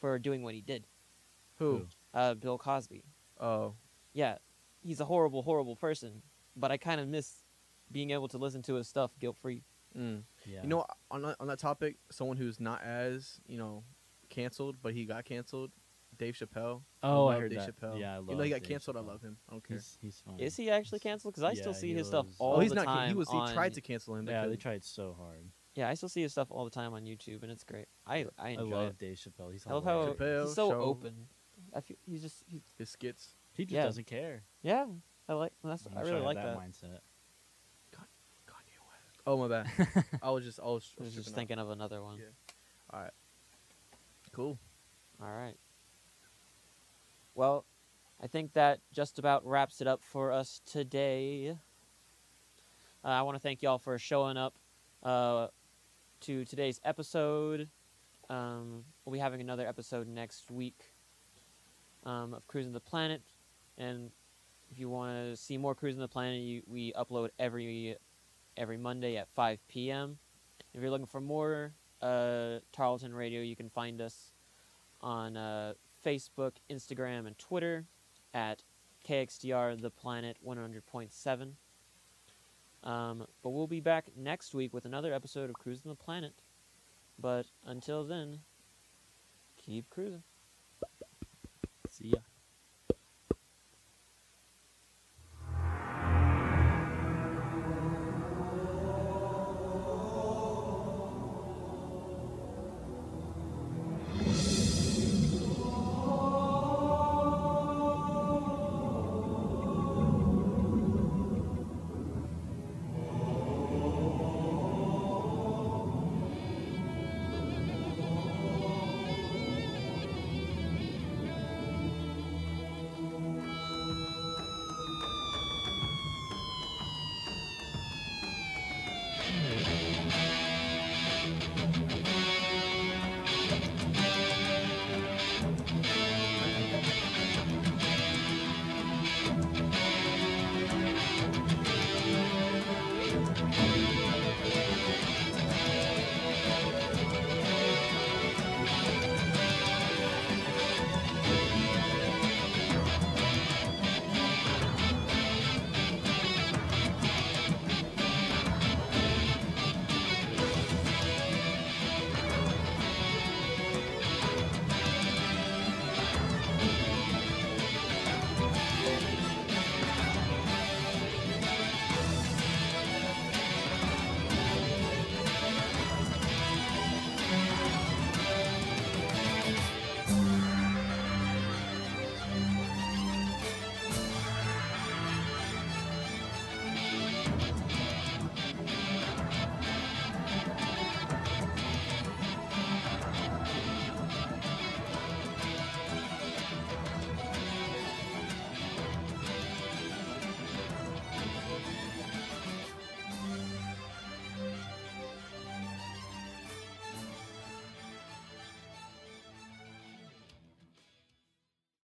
S1: for doing what he did.
S4: Who?
S1: Uh, Bill Cosby.
S4: Oh,
S1: yeah, he's a horrible, horrible person. But I kind of miss being able to listen to his stuff guilt free.
S4: mm.
S2: Yeah.
S4: you know, on that, on that topic, someone who's not as you know canceled, but he got canceled. Dave Chappelle.
S2: Oh,
S4: I
S2: I
S4: love
S2: heard
S4: Dave
S2: that.
S4: Chappelle.
S2: Yeah, I
S4: Even
S2: love.
S4: though he got
S2: Dave
S4: canceled. I
S2: Chappelle.
S4: love him. I don't care.
S2: He's, he's fine.
S1: Is he actually canceled? Because I still
S2: Yeah,
S1: see
S2: he
S1: his stuff
S2: was-
S1: all
S4: oh, he's
S1: the
S4: not.
S1: time.
S4: He was.
S1: on,
S4: He tried to cancel him.
S2: Yeah, they
S4: couldn't.
S2: tried so hard.
S1: Yeah, I still see his stuff all the time on YouTube, and it's great. I I
S2: I
S1: enjoy
S2: love
S1: it.
S2: Dave Chappelle. He's
S1: I love how
S2: hilarious.
S4: Chappelle,
S1: he's so
S4: Show.
S1: open. I feel he's just he,
S4: His skits.
S2: he just
S1: yeah.
S2: doesn't care.
S1: yeah. I like that's
S2: I'm
S1: I
S2: sure
S1: really
S2: have
S1: like that.
S2: mindset.
S4: Oh my bad.
S1: [LAUGHS]
S4: I was just. I was,
S1: I was just
S4: tripping out.
S1: thinking of another one.
S4: Yeah. All right. Cool.
S1: All right. Well, I think that just about wraps it up for us today. Uh, I want to thank y'all for showing up uh, to today's episode. Um, we'll be having another episode next week um, of Cruising the Planet. And if you want to see more Cruising the Planet, you, we upload every every Monday at 5 p.m. If you're looking for more uh, Tarleton Radio, you can find us on uh, Facebook, Instagram, and Twitter at KXDR The Planet 100.7. Um, but we'll be back next week with another episode of Cruising the Planet. But until then, keep cruising.
S2: See ya.